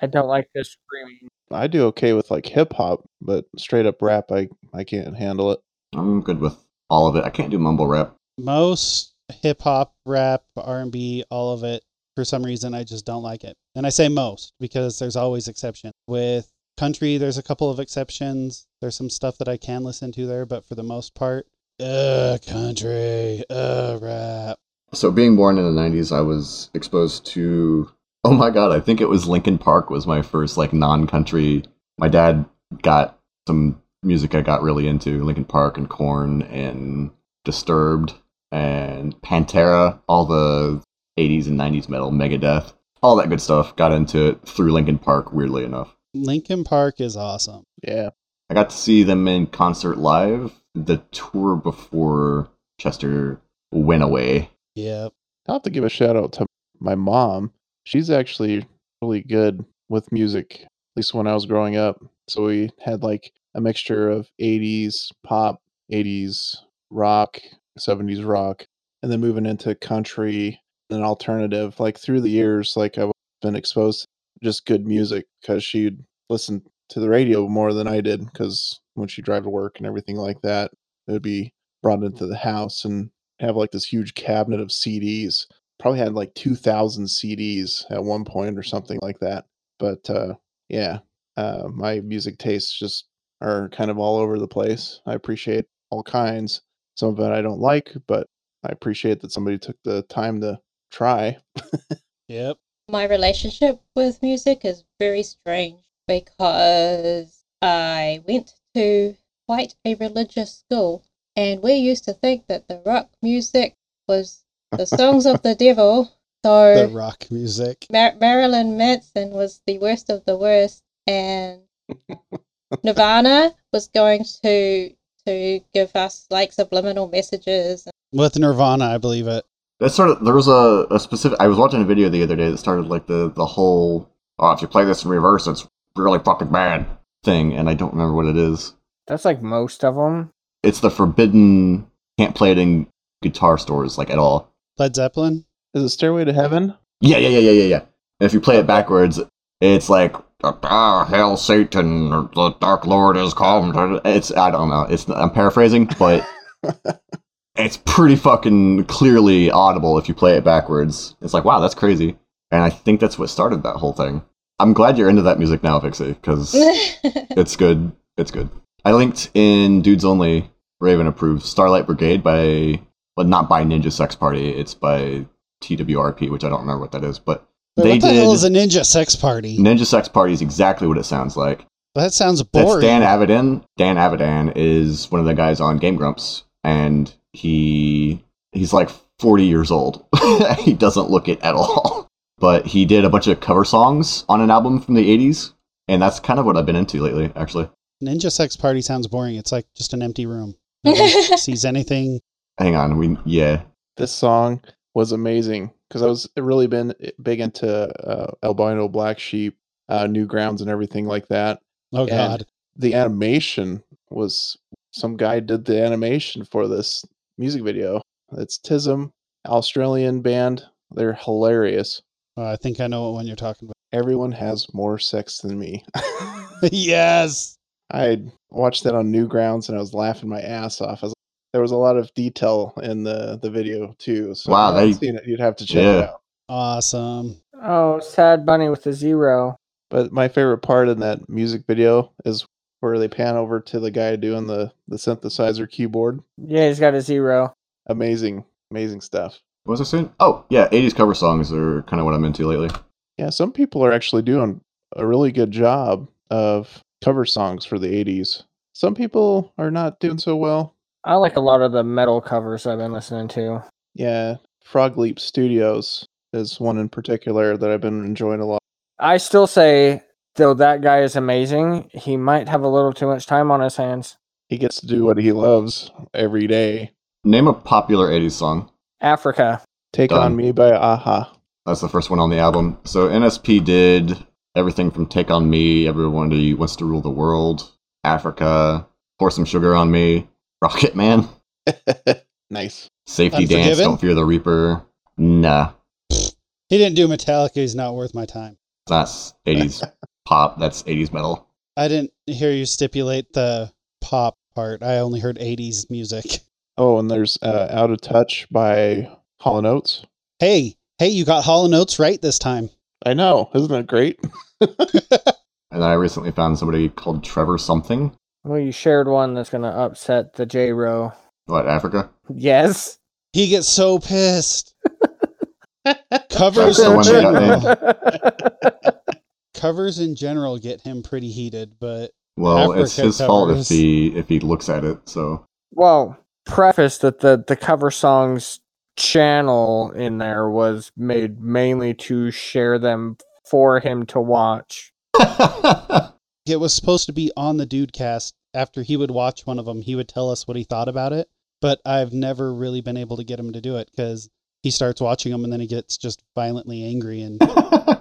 H: I don't like the screaming.
G: I do okay with like hip hop, but straight up rap, I I can't handle it.
C: I'm good with all of it. I can't do mumble rap.
D: Most hip hop, rap, R and B, all of it. For some reason, I just don't like it. And I say most because there's always exceptions. With country, there's a couple of exceptions. There's some stuff that I can listen to there, but for the most part, uh, country, uh, rap.
C: So being born in the '90s, I was exposed to. Oh my God! I think it was Linkin Park was my first like non-country. My dad got some music I got really into: Linkin Park and Corn and Disturbed and Pantera, all the '80s and '90s metal, Megadeth, all that good stuff. Got into it through Linkin Park. Weirdly enough,
D: Linkin Park is awesome.
G: Yeah,
C: I got to see them in concert live the tour before Chester went away.
D: Yep.
G: I'll have to give a shout out to my mom. She's actually really good with music, at least when I was growing up. So we had like a mixture of 80s pop, 80s rock, 70s rock, and then moving into country and alternative. Like through the years, like I've been exposed to just good music because she'd listen to the radio more than I did because when she'd drive to work and everything like that, it would be brought into the house and have like this huge cabinet of CDs. Probably had like 2,000 CDs at one point or something like that. But uh, yeah, uh, my music tastes just are kind of all over the place. I appreciate all kinds. Some of it I don't like, but I appreciate that somebody took the time to try.
D: Yep.
E: my relationship with music is very strange because I went to quite a religious school and we used to think that the rock music was the songs of the devil.
D: The
E: So
D: rock music.
E: Mar- Marilyn Manson was the worst of the worst and Nirvana was going to to give us like subliminal messages
D: With Nirvana, I believe it.
C: That sort of there was a, a specific. I was watching a video the other day that started like the the whole oh if you play this in reverse it's really fucking bad thing, and I don't remember what it is.
H: That's like most of them.
C: It's the forbidden can't play it in guitar stores like at all.
D: Led Zeppelin.
G: Is it Stairway to Heaven?
C: Yeah, yeah, yeah, yeah, yeah, yeah. And if you play it backwards, it's like ah hell Satan the Dark Lord is come. to-" It's I don't know. It's I'm paraphrasing, but It's pretty fucking clearly audible if you play it backwards. It's like, wow, that's crazy. And I think that's what started that whole thing. I'm glad you're into that music now, Pixie, because it's good. It's good. I linked in Dudes Only Raven approved Starlight Brigade by, but not by Ninja Sex Party. It's by TWRP, which I don't remember what that is, but
D: But
C: they
D: what the
C: did.
D: hell is a ninja sex party?
C: Ninja Sex Party is exactly what it sounds like.
D: That sounds
C: That's
D: boring.
C: Dan Avidan. Dan Avidan is one of the guys on Game Grumps, and he he's like 40 years old. he doesn't look it at all. But he did a bunch of cover songs on an album from the 80s, and that's kind of what I've been into lately, actually.
D: ninja sex party sounds boring. It's like just an empty room. Nobody sees anything.
C: Hang on, we yeah,
G: This song was amazing because I was really been eh, big into uh, albino black sheep, uh, Newgrounds, and everything like that.
D: Oh
G: And
D: god.
G: the animation was some guy did the animation for this music video. It's Tism, Australian band. They're hilarious.
D: Oh, I think I know what one you're talking
G: Everyone has more sex than me.
D: about. yes.
G: I watched that on Newgrounds and I was laughing my ass off. I was, there was a lot of detail in the, the video too. So if
C: Wow,
G: you haven't
C: they-
G: seen it, you'd have to check it
C: yeah.
G: out.
D: Awesome.
H: Oh, sad bunny with a zero.
G: But my favorite part in that music video is where they pan over to the guy doing the, the synthesizer keyboard.
H: Yeah, he's got a zero.
G: Amazing, amazing stuff.
C: What was I saying? Oh, yeah, 80s cover songs are kind of what I'm into lately.
G: Yeah, some people are actually doing a really good job of cover songs for the 80s. Some people are not doing so well.
H: I like a lot of the metal covers I've been listening to.
G: Yeah, Frog Leap Studios is one in particular that I've been enjoying a lot.
H: I still say, though that guy is amazing, he might have a little too much time on his hands.
G: He gets to do what he loves every day.
C: Name a popular 80s song.
H: Africa.
G: Take
C: Done.
G: on me by Aha.
C: That's the first one on the album. So NSP did everything from Take on Me, Everyone Who Wants to Rule the World, Africa, Pour Some Sugar on Me, Rocket Man,
G: nice.
C: Safety Dance,
D: Unforgiven?
C: Don't Fear the Reaper. Nah,
D: He didn't do Metallica. He's not worth my time.
C: that's 80s pop. That's 80s metal.
D: I didn't hear you stipulate the pop part. I only heard 80s music.
G: Oh, and there's uh, Out of Touch by Hollow Notes.
D: Hey, hey, you got Hollow Notes right this time.
G: I know. Isn't that great?
C: And I recently found somebody called Trevor something.
H: Well, you shared one that's going to upset the J Row.
C: What, Africa?
H: Yes.
D: He gets so pissed.
C: That's
D: covers
C: the
D: in
C: one they got
D: general,
C: named.
D: covers in general get him pretty heated, but
C: Well, it's
D: Africa
C: his fault if
D: covers.
C: he if he looks at it. So
H: well, preface that the, the cover songs channel in there was made mainly to share them for him to watch.
D: it was supposed to be on the Dudecast. After he would watch one of them, he would tell us what he thought about it. But I've never really been able to get him to do it because he starts watching them and then he gets just violently angry and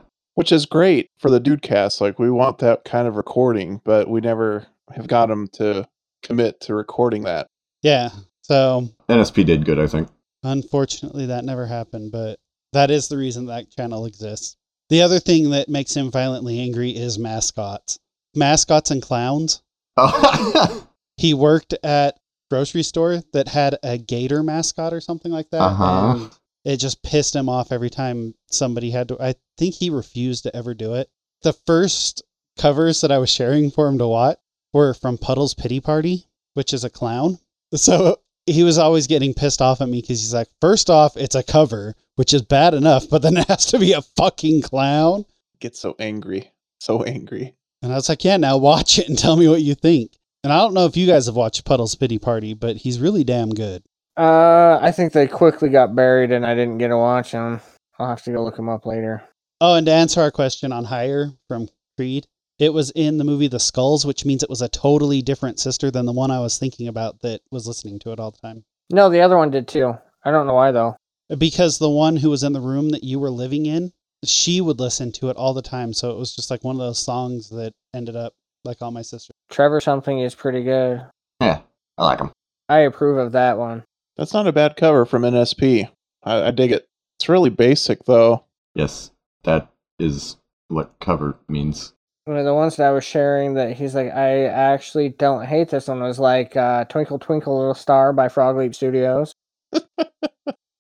G: Which is great for the dude cast. Like, we want that kind of recording, but we never have got him to commit to recording that.
D: yeah. So
C: NSP did good, I think.
D: Unfortunately, that never happened, but that is the reason that channel exists. The other thing that makes him violently angry is mascots. Mascots and clowns.
C: Oh.
D: He worked at a grocery store that had a gator mascot or something like that.
C: Uh-huh.
D: and it just pissed him off every time somebody had to I think he refused to ever do it. The first covers that I was sharing for him to watch were from Puddle's Pity Party, which is a clown. So he was always getting pissed off at me because he's like, first off, it's a cover, which is bad enough, but then it has to be a fucking clown.
G: Get so angry. So angry.
D: And I was like, yeah, now watch it and tell me what you think. And I don't know if you guys have watched Puddle's Pity Party, but he's really damn good.
H: Uh, I think they quickly got buried and I didn't get to watch them. I'll have to go look them up later.
D: Oh, and to answer our question on Higher from Creed, it was in the movie The Skulls, which means it was a totally different sister than the one I was thinking about that was listening to it all the time.
H: No, the other one did too. I don't know why though.
D: Because the one who was in the room that you were living in, she would listen to it all the time. So it was just like one of those songs that ended up like all my sisters.
H: Trevor something is pretty good.
C: yeah, I like him.
H: I approve of that one.
G: That's not a bad cover from NSP. I, I dig it. It's really basic though.
C: Yes, that is what cover means.
H: One of the ones that I was sharing that he's like, I actually don't hate this one was like uh, Twinkle Twinkle Little Star by Frog Leap Studios.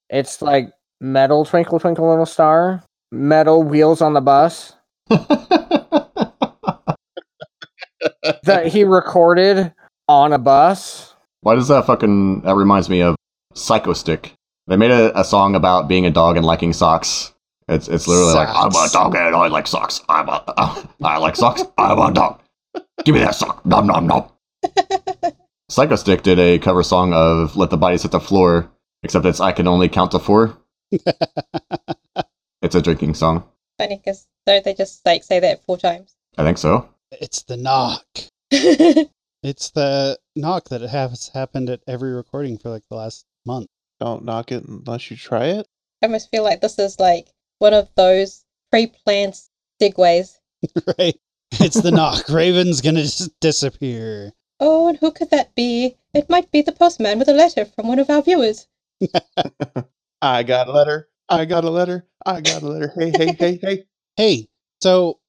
H: It's like metal twinkle twinkle little star, metal wheels on the bus that he recorded on a bus.
C: Why does that fucking. That reminds me of Psycho Stick. They made a, a song about being a dog and liking socks. It's, it's literally like, I'm a
D: Socks.
C: dog and I like socks. I'm a. I like socks. I'm a dog. Give me that sock. Nom, nom, nom. Psycho Stick did a cover song of Let the Bodies Hit the Floor, except it's I Can Only Count to Four. It's a drinking song.
E: Funny because don't they just like say that four times?
C: I think so.
D: it's the knock.
E: That's
D: It's the knock that has happened at every recording for like the last month.
G: Don't knock it unless you try it.
E: I almost feel like this is like one of those pre-planned segues.
D: Right? It's the knock. Raven's gonna just disappear.
E: Oh, and who could that be? It might be the postman with a letter from one of our viewers.
G: I got a letter. I got a letter. I got a letter. Hey, hey, hey, hey.
D: Hey, so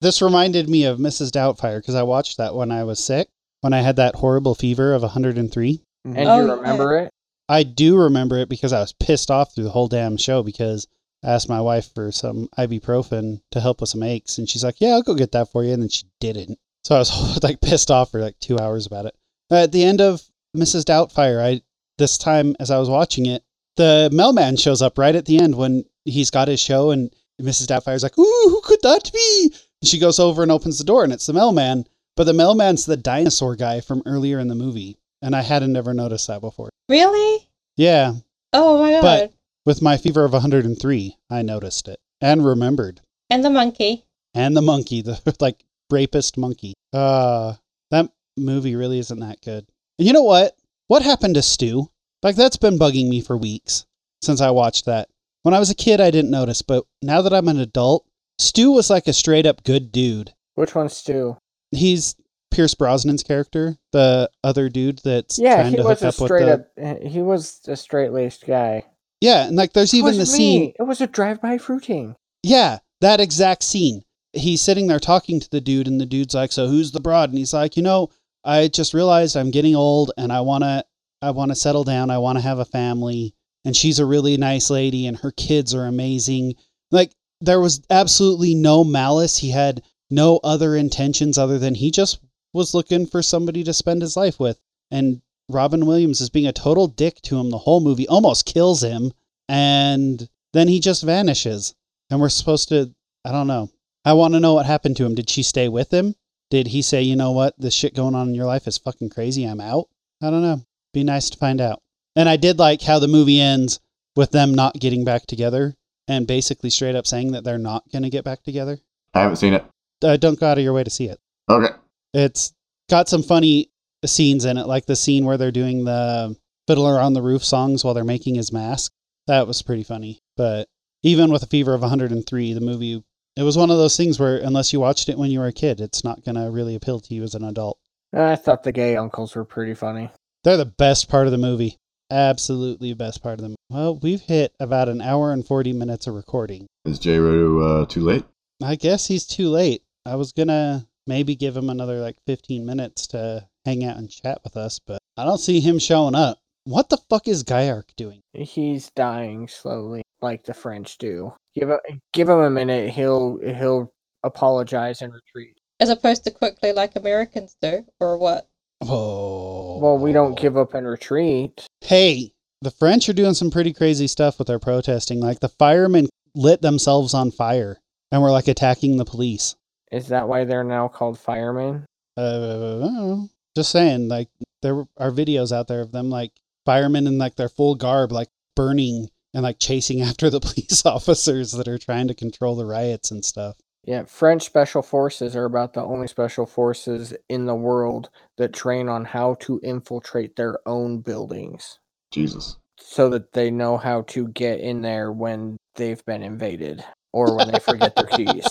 D: this reminded me of Mrs. Doubtfire because I watched that when I was sick, when I had that horrible fever of 103.
H: And
E: Oh,
H: you
E: yeah.
H: remember it?
D: I do remember it because I was pissed off through the whole damn show because I asked my wife for some ibuprofen to help with some aches, and she's like, "Yeah, I'll go get that for you," and then she didn't. So I was like pissed off for like two hours about it. At the end of Mrs. Doubtfire, I this time as I was watching it, the mailman shows up right at the end when he's got his show, and Mrs. Doubtfire's like, "Ooh, who could that be?" And she goes over and opens the door, and it's the mailman. But the mailman's the dinosaur guy from earlier in the movie, and I hadn't ever noticed that before.
E: Really?
D: Yeah,
E: Oh my god.
D: But- with my fever of 103, I noticed it and remembered.
E: and the monkey.
D: And the monkey, the like rapist monkey. Uh, that movie really isn't that good. And you know what? What happened to Stu? Like, that's been bugging me for weeks since I watched that. When I was a kid, I didn't notice, but now that I'm an adult, Stu was like a straight up good dude.
H: Which one's Stu?
D: He's Pierce Brosnan's character, the other dude that's
H: Yeah,
D: trying
H: he
D: to hook
H: was a
D: up with
H: straight
D: the.
H: up. eh, He was a straight laced guy.
D: Yeah, and like, there's
H: It
D: even
H: was
D: the
H: me.
D: scene.
H: It was a drive by fruiting.
D: Yeah, that exact scene. He's sitting there talking to the dude, and the dude's like, "So who's the broad?" And he's like, "You know, I just realized I'm getting old, and I wanna, I wanna settle down. I wanna have a family." And she's a really nice lady, and her kids are amazing. Like there was absolutely no malice. He had no other intentions other than he just was looking for somebody to spend his life with. And Robin Williams is being a total dick to him the whole movie, almost kills him, and then he just vanishes. And we're supposed to, I don't know. I want to know what happened to him. Did she stay with him? Did he say, you know what, this shit going on in your life is fucking crazy. I'm out? I don't know. Be nice to find out. And I did like how the movie ends with them not getting back together and basically straight up saying that they're not going to get back together.
C: I haven't seen it.
D: Uh, don't go out of your way to see it.
C: Okay.
D: It's got some funny scenes in it, like the scene where they're doing the Fiddler on the Roof songs while they're making his mask. That was pretty funny. But even with a fever of 103, the movie, it was one of those things where unless you watched it when you were a kid, it's not going to really appeal to you as an adult.
H: I thought the gay uncles were pretty funny.
D: They're the best part of the movie. Absolutely best part of the movie. Well, we've hit about an hour and 40 minutes of recording.
C: Is J. Roo uh, too late?
D: I guess he's too late. I was gonna maybe give him another like 15 minutes to hang out and chat with us, but I don't see him showing up. What the fuck is Gaiark doing?
H: He's dying slowly, like the French do. Give a, give him a minute. He'll he'll apologize and retreat.
E: As opposed to quickly like Americans do, or what?
D: Oh.
H: Well, we don't give up and retreat.
D: Hey, the French are doing some pretty crazy stuff with their protesting. Like the firemen lit themselves on fire and were like attacking the police.
H: Is that why they're now called firemen?
D: Uh, just saying, like there are videos out there of them like firemen in like their full garb, like burning and like chasing after the police officers that are trying to control the riots and stuff.
H: Yeah, French special forces are about the only special forces in the world that train on how to infiltrate their own buildings
C: Jesus.
H: so that they know how to get in there when they've been invaded or when they
G: Mm-hmm.
H: forget their keys.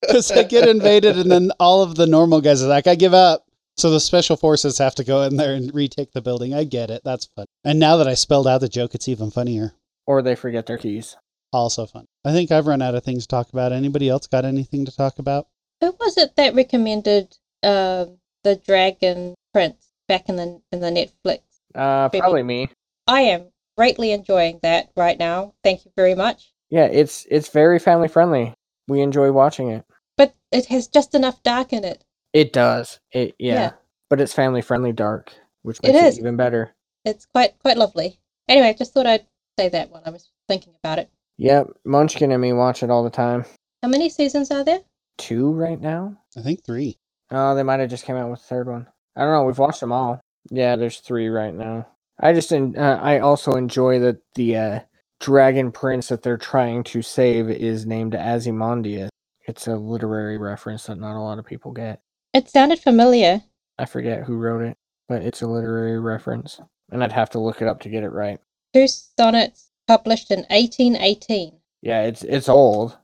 D: Because they get invaded, and then all of the normal guys are like, "I give up." So the special forces have to go in there and retake the building. I get it. That's fun. And now that I spelled out the joke, it's even funnier.
H: Or they forget their keys.
D: Also fun. I think I've run out of things to talk about. Anybody else got anything to talk about?
E: Who was it that recommended um the Dragon Prince back in the in the Netflix?
H: Uh,
E: Maybe.
H: probably me.
E: I am greatly enjoying that right now. Thank you very much.
H: Yeah, it's it's very family friendly. We enjoy watching it.
E: But it has just enough dark in it.
H: It does. It yeah.
E: Yeah.
H: But it's family friendly dark, which
E: It
H: makes it,
E: is.
H: even better.
E: It's quite quite lovely. Anyway, I just thought I'd say that while I was thinking about it.
H: Yep, Munchkin and me watch it all the time.
E: How many seasons are there?
H: Two right now?
D: I think three.
H: Oh, they might have just came out with the third one. I don't know. We've watched them all. Yeah, there's three right now. I just en- uh, I also enjoy that the uh, dragon prince that they're trying to save is named Azimondia. It's a literary reference that not a lot of people get.
E: It sounded familiar.
H: I forget who wrote it, but it's a literary reference, and I'd have to look it up to get it right.
E: Two sonnets published in 1818.
H: Yeah, it's it's old.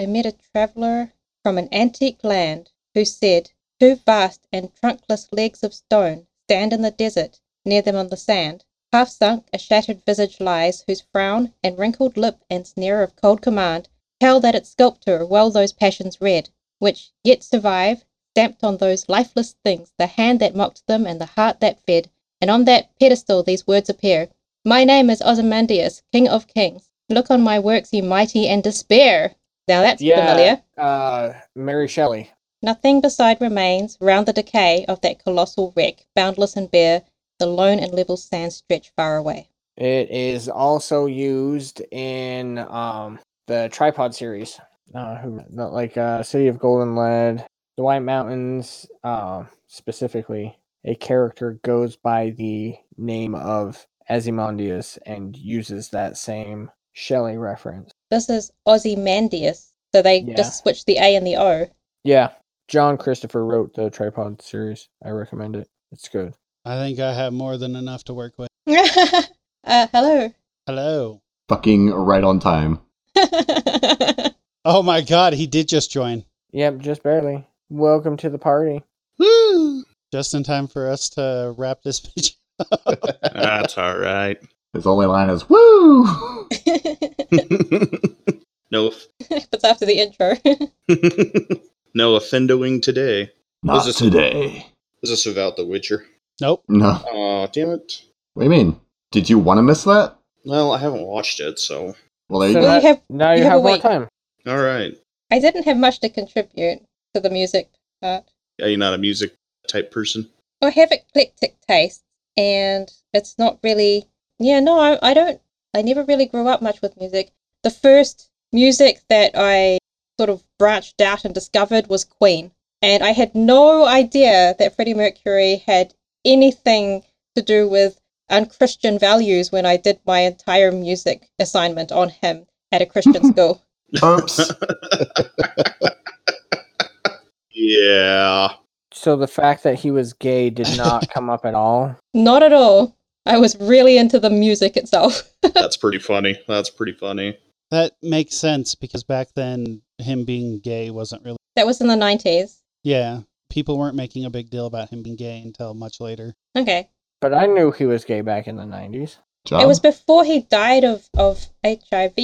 E: I met a traveller from an antique land who said, Two vast and trunkless legs of stone stand in the desert, near them on the sand. Half sunk, a shattered visage lies, whose frown and wrinkled lip and sneer of cold command tell that its sculptor well those passions read, which yet survive, stamped on those lifeless things, the hand that mocked them and the heart that fed. And on that pedestal these words appear My name is Ozymandias, King of Kings. Look on my works, ye mighty, and despair. Now that's familiar.
H: Uh, Mary Shelley.
E: Nothing beside remains round the decay of that colossal wreck, boundless and bare, the lone and level sands stretch far away.
H: It is also used in um the tripod series. Uh, who not like uh City of Golden Lead, the White Mountains. Um, specifically, a character goes by the name of Azimondius and uses that same Shelley reference.
E: This is Ozymandias, so they
H: Yeah.
E: just switched the A and the O.
H: Yeah, John Christopher wrote the tripod series. I recommend it. It's good.
D: I think I have more than enough to work with.
E: uh, hello.
D: Hello.
C: Fucking right on time.
D: Oh my god, he did just join.
H: Yep, just barely. Welcome to the party.
D: Woo! Just in time for us to wrap this bitch.
I: That's all right.
C: His only line is "Woo!"
I: no,
E: That's after the intro.
I: no offendoing today.
C: Not
I: This is-
C: today.
I: Is this about The Witcher?
D: Nope.
C: No.
I: Aw, damn it.
C: What do you mean? Did you want to miss that?
I: Well, I haven't watched it, so.
C: Well, there you
H: So
E: you
C: go.
H: that-
E: have-
H: now you,
E: you have
H: have,
E: a
H: more
E: week.
H: time.
I: All right.
E: I didn't have much to contribute to the music part.
I: Are you not a music type person?
E: I have eclectic tastes, and it's not really. Yeah, no, I, I don't. I never really grew up much with music. The first music that I sort of branched out and discovered was Queen, and I had no idea that Freddie Mercury had anything to do with unchristian values when I did my entire music assignment on him at a Christian school.
C: Oops.
I: Yeah.
H: So the fact that he was gay did not come up at all.
E: Not at all. I was really into the music itself.
I: That's pretty funny. That's pretty funny.
D: That makes sense because back then, him being gay wasn't really.
E: That was in the 90s.
D: Yeah. People weren't making a big deal about him being gay until much later.
E: Okay.
H: But I knew he was gay back in the nineties.
C: John.
E: It was before he died of, of HIV.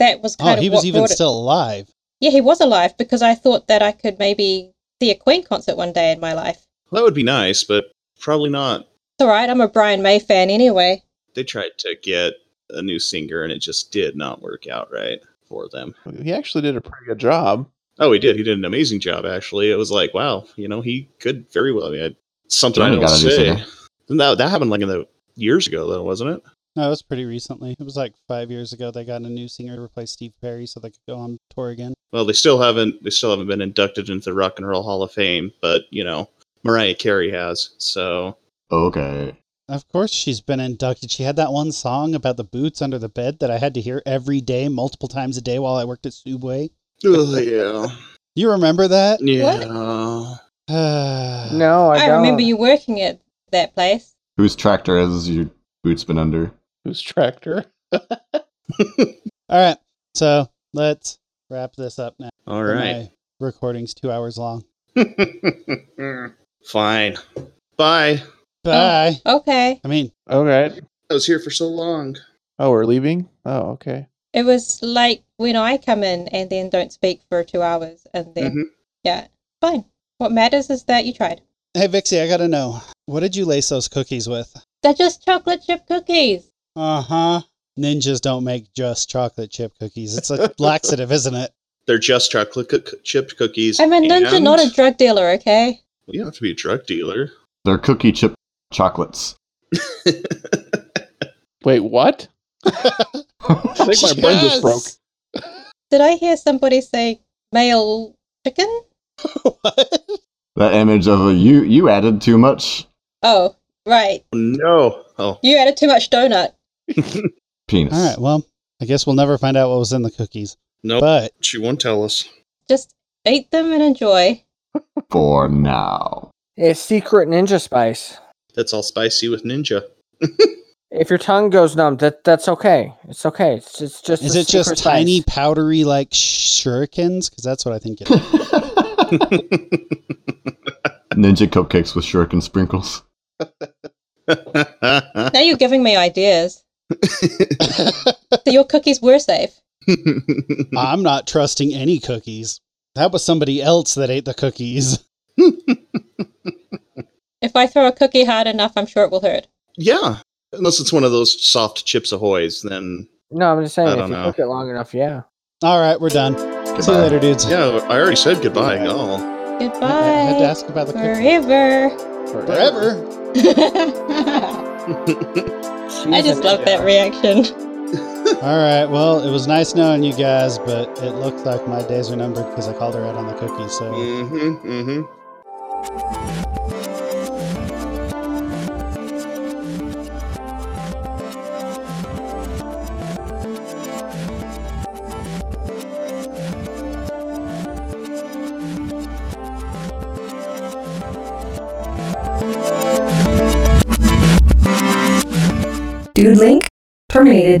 E: That was kind
D: Oh,
E: of
D: he
E: what
D: was even
E: brought it-
D: still alive.
E: Yeah, he was alive because I thought that I could maybe see a Queen concert one day in my life.
I: That would be nice, but probably not.
E: It's all right. I'm a Brian May fan anyway.
I: They tried to get a new singer, and it just did not work out right for them.
G: He actually did a pretty good job.
I: Oh, he did. He did an amazing job, actually. It was like, wow, you know, he could very well. I mean, I- something I
C: Johnny
I: don't
C: got a new
I: say.
C: singer.
I: Didn't That, that happened like in the years ago, though, wasn't it?
D: No, it was pretty recently. It was like five years ago. They got a new singer to replace Steve Perry so they could go on tour again.
I: Well, they still haven't. They still haven't been inducted into the Rock and Roll Hall of Fame, but you know, Mariah Carey has. So
C: Okay.
D: Of course, she's been inducted. She had that one song about the boots under the bed that I had to hear every day, multiple times a day while I worked at Subway.
I: yeah,
D: You remember that?
I: yeah.
H: No, I,
E: I,
H: don't.
E: remember you working at that place.
C: Whose tractor has your boots been under?
G: Who's tractor?
D: All right. So let's wrap this up now.
I: All right.
D: My recording's two hours long.
I: Fine. Bye.
D: Bye.
E: Okay.
D: I mean,
G: All right.
I: I was here for so long.
G: Oh, we're leaving? Oh, okay.
E: It was like when I come in and then don't speak for two hours and then,
D: Mm-hmm.
I: Mhm.
E: yeah, fine. What matters is that you tried.
D: hey, Vixie, I got to know what did you lace those cookies with?
E: They're just chocolate chip cookies.
D: Uh huh. Ninjas don't make just chocolate chip cookies. It's a laxative, isn't it?
I: They're just chocolate coo- chip cookies.
E: I'm a ninja,
I: and-
E: not a drug dealer, okay?
I: Well, you don't have to be a drug dealer.
C: They're cookie chip chocolates.
G: Wait, what? I think my brain just broke.
E: Did I hear somebody say male chicken?
I: Oh,
D: What?
C: That image of a you you added too much
E: Oh, right.
I: no. Oh,
E: You added too much donut.
C: penis.
D: All right. Well, I guess we'll never find out what was in the cookies.
I: no.
D: But
I: she won't tell us.
E: Just eat them and enjoy.
C: For now.
H: It's secret ninja spice.
I: That's all spicy with ninja.
H: If your tongue goes numb, that that's okay. It's okay. It's just, it's just
D: is
H: a
D: it just
H: secret spice.
D: tiny, powdery, like shurikens? Because that's what I think it is.
C: Ninja cupcakes with shuriken sprinkles.
E: Now you're giving me ideas. So your cookies were safe.
D: I'm not trusting any cookies. That was somebody else that ate the cookies.
E: If I throw a cookie hard enough, I'm sure it will hurt.
I: yeah, unless it's one of those soft chips ahoy's, then
H: No, I'm just
I: I
H: saying if
I: don't
H: you
I: know.
H: cook it long enough, yeah.
D: All right, we're done. See you
C: Goodbye.
D: later, dudes.
I: yeah, I already said goodbye. No,
D: I, I had to
E: Goodbye.
D: ask about the cookies.
E: Forever.
D: Forever.
E: I
H: She's a
E: just love
H: ninja.
E: that reaction.
D: All right. Well, it was nice knowing you guys, but it looks like my days are numbered because I called her out on the cookies. So.
I: Mm-hmm. Mm-hmm.
A: Dude Link terminated.